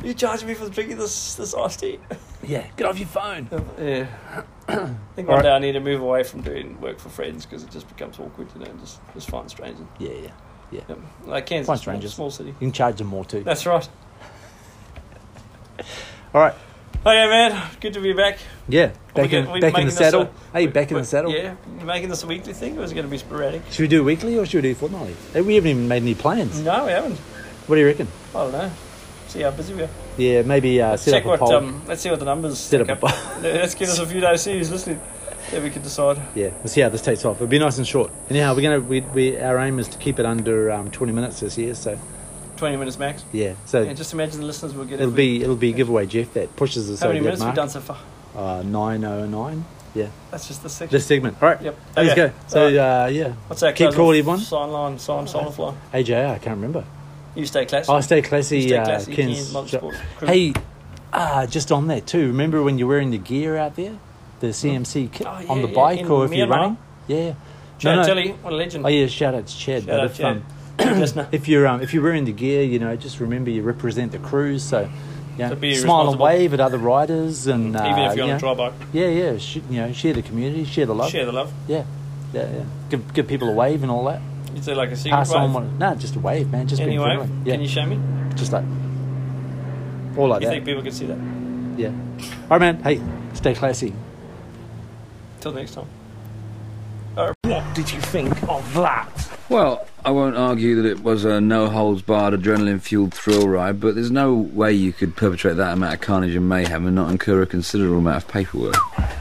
[SPEAKER 1] You charging me for drinking this this iced tea?
[SPEAKER 2] Yeah, get off your phone.
[SPEAKER 1] Yeah. I think one
[SPEAKER 2] All right.
[SPEAKER 1] day I need to move away from doing work for friends because it just becomes awkward, you know, and just just find strangers.
[SPEAKER 2] Yeah, yeah.
[SPEAKER 1] Yep. Like Kansas,
[SPEAKER 2] Find
[SPEAKER 1] small,
[SPEAKER 2] strangers.
[SPEAKER 1] small city.
[SPEAKER 2] You can charge them more too.
[SPEAKER 1] That's right.
[SPEAKER 2] All right.
[SPEAKER 1] Okay, man. Good to be back.
[SPEAKER 2] Yeah.
[SPEAKER 1] Are we
[SPEAKER 2] Back in,
[SPEAKER 1] gonna- we
[SPEAKER 2] back in
[SPEAKER 1] making
[SPEAKER 2] the
[SPEAKER 1] this
[SPEAKER 2] saddle.
[SPEAKER 1] a-
[SPEAKER 2] hey, back in
[SPEAKER 1] we-
[SPEAKER 2] the saddle.
[SPEAKER 1] Yeah, you making this a weekly thing, or is it going to be sporadic?
[SPEAKER 2] Should we do weekly or should we do fortnightly? Hey, We haven't even made any plans.
[SPEAKER 1] No, we haven't.
[SPEAKER 2] What do you reckon?
[SPEAKER 1] I don't know. See how busy we are.
[SPEAKER 2] Yeah, maybe uh, set
[SPEAKER 1] Check
[SPEAKER 2] up a
[SPEAKER 1] what.
[SPEAKER 2] poll.
[SPEAKER 1] Um, let's see what the numbers.
[SPEAKER 2] Set
[SPEAKER 1] stack
[SPEAKER 2] up a
[SPEAKER 1] Yeah, Let's give us a few days. See who's listening. Then we can decide.
[SPEAKER 2] yeah, we'll see how this takes off. It'll be nice and short. Anyhow, we're gonna we, we our aim is to keep it under um, twenty minutes this year. So
[SPEAKER 1] Twenty minutes max.
[SPEAKER 2] yeah, so
[SPEAKER 1] And just imagine the listeners will get.
[SPEAKER 2] it'll
[SPEAKER 1] if we-
[SPEAKER 2] be it'll be giveaway Jeff that pushes us
[SPEAKER 1] How many
[SPEAKER 2] over
[SPEAKER 1] minutes
[SPEAKER 2] that
[SPEAKER 1] we've done
[SPEAKER 2] mark.
[SPEAKER 1] so far?
[SPEAKER 2] Uh, nine oh nine. Yeah,
[SPEAKER 1] That's just the section.
[SPEAKER 2] this segment. All right.
[SPEAKER 1] Yep.
[SPEAKER 2] Let's
[SPEAKER 1] Okay.
[SPEAKER 2] go. So
[SPEAKER 1] All
[SPEAKER 2] uh, yeah,
[SPEAKER 1] What's that?
[SPEAKER 2] Keep
[SPEAKER 1] close
[SPEAKER 2] cool,
[SPEAKER 1] off?
[SPEAKER 2] everyone.
[SPEAKER 1] Sign line, sign, sign off line.
[SPEAKER 2] AJ, I can't remember.
[SPEAKER 1] You stay classy.
[SPEAKER 2] Oh, stay classy,
[SPEAKER 1] Stay
[SPEAKER 2] uh,
[SPEAKER 1] classy,
[SPEAKER 2] Ken's
[SPEAKER 1] Ken's motorsport
[SPEAKER 2] shop.
[SPEAKER 1] crew.
[SPEAKER 2] Hey, ah, just on that too. Remember when you're wearing the gear out there, the CMC kit
[SPEAKER 1] Oh, yeah,
[SPEAKER 2] on the
[SPEAKER 1] yeah,
[SPEAKER 2] bike,
[SPEAKER 1] in
[SPEAKER 2] or if you're
[SPEAKER 1] Myanmar.
[SPEAKER 2] running? Yeah.
[SPEAKER 1] Chad
[SPEAKER 2] no, no.
[SPEAKER 1] Tilly, what a legend.
[SPEAKER 2] Oh yeah, shout out to Chad.
[SPEAKER 1] Shout
[SPEAKER 2] but
[SPEAKER 1] out
[SPEAKER 2] if,
[SPEAKER 1] Chad.
[SPEAKER 2] Um, if you're um, if you're wearing the gear, you know, just remember you represent the crews. So, you know,
[SPEAKER 1] So be
[SPEAKER 2] smile and
[SPEAKER 1] responsible.
[SPEAKER 2] wave at other riders, and uh,
[SPEAKER 1] Even if you're
[SPEAKER 2] you
[SPEAKER 1] on a
[SPEAKER 2] know,
[SPEAKER 1] dry bike,
[SPEAKER 2] yeah, yeah, sh- you know, share the community, share the love,
[SPEAKER 1] share the love.
[SPEAKER 2] yeah, yeah, yeah. Give give people a wave and all that.
[SPEAKER 1] You do like a secret
[SPEAKER 2] Pass on
[SPEAKER 1] wave.
[SPEAKER 2] one. No, just a wave, man. Just
[SPEAKER 1] Any
[SPEAKER 2] being
[SPEAKER 1] wave?
[SPEAKER 2] friendly. Yeah,
[SPEAKER 1] Can you show me? You
[SPEAKER 2] just like all like that.
[SPEAKER 1] think people can see that?
[SPEAKER 2] Yeah. All right, man. Hey, stay classy.
[SPEAKER 1] Till next time.
[SPEAKER 5] Well, I won't argue that it was a no holds barred adrenaline fueled thrill ride, but there's no way you could perpetrate that amount of carnage and mayhem and not incur a considerable amount of paperwork.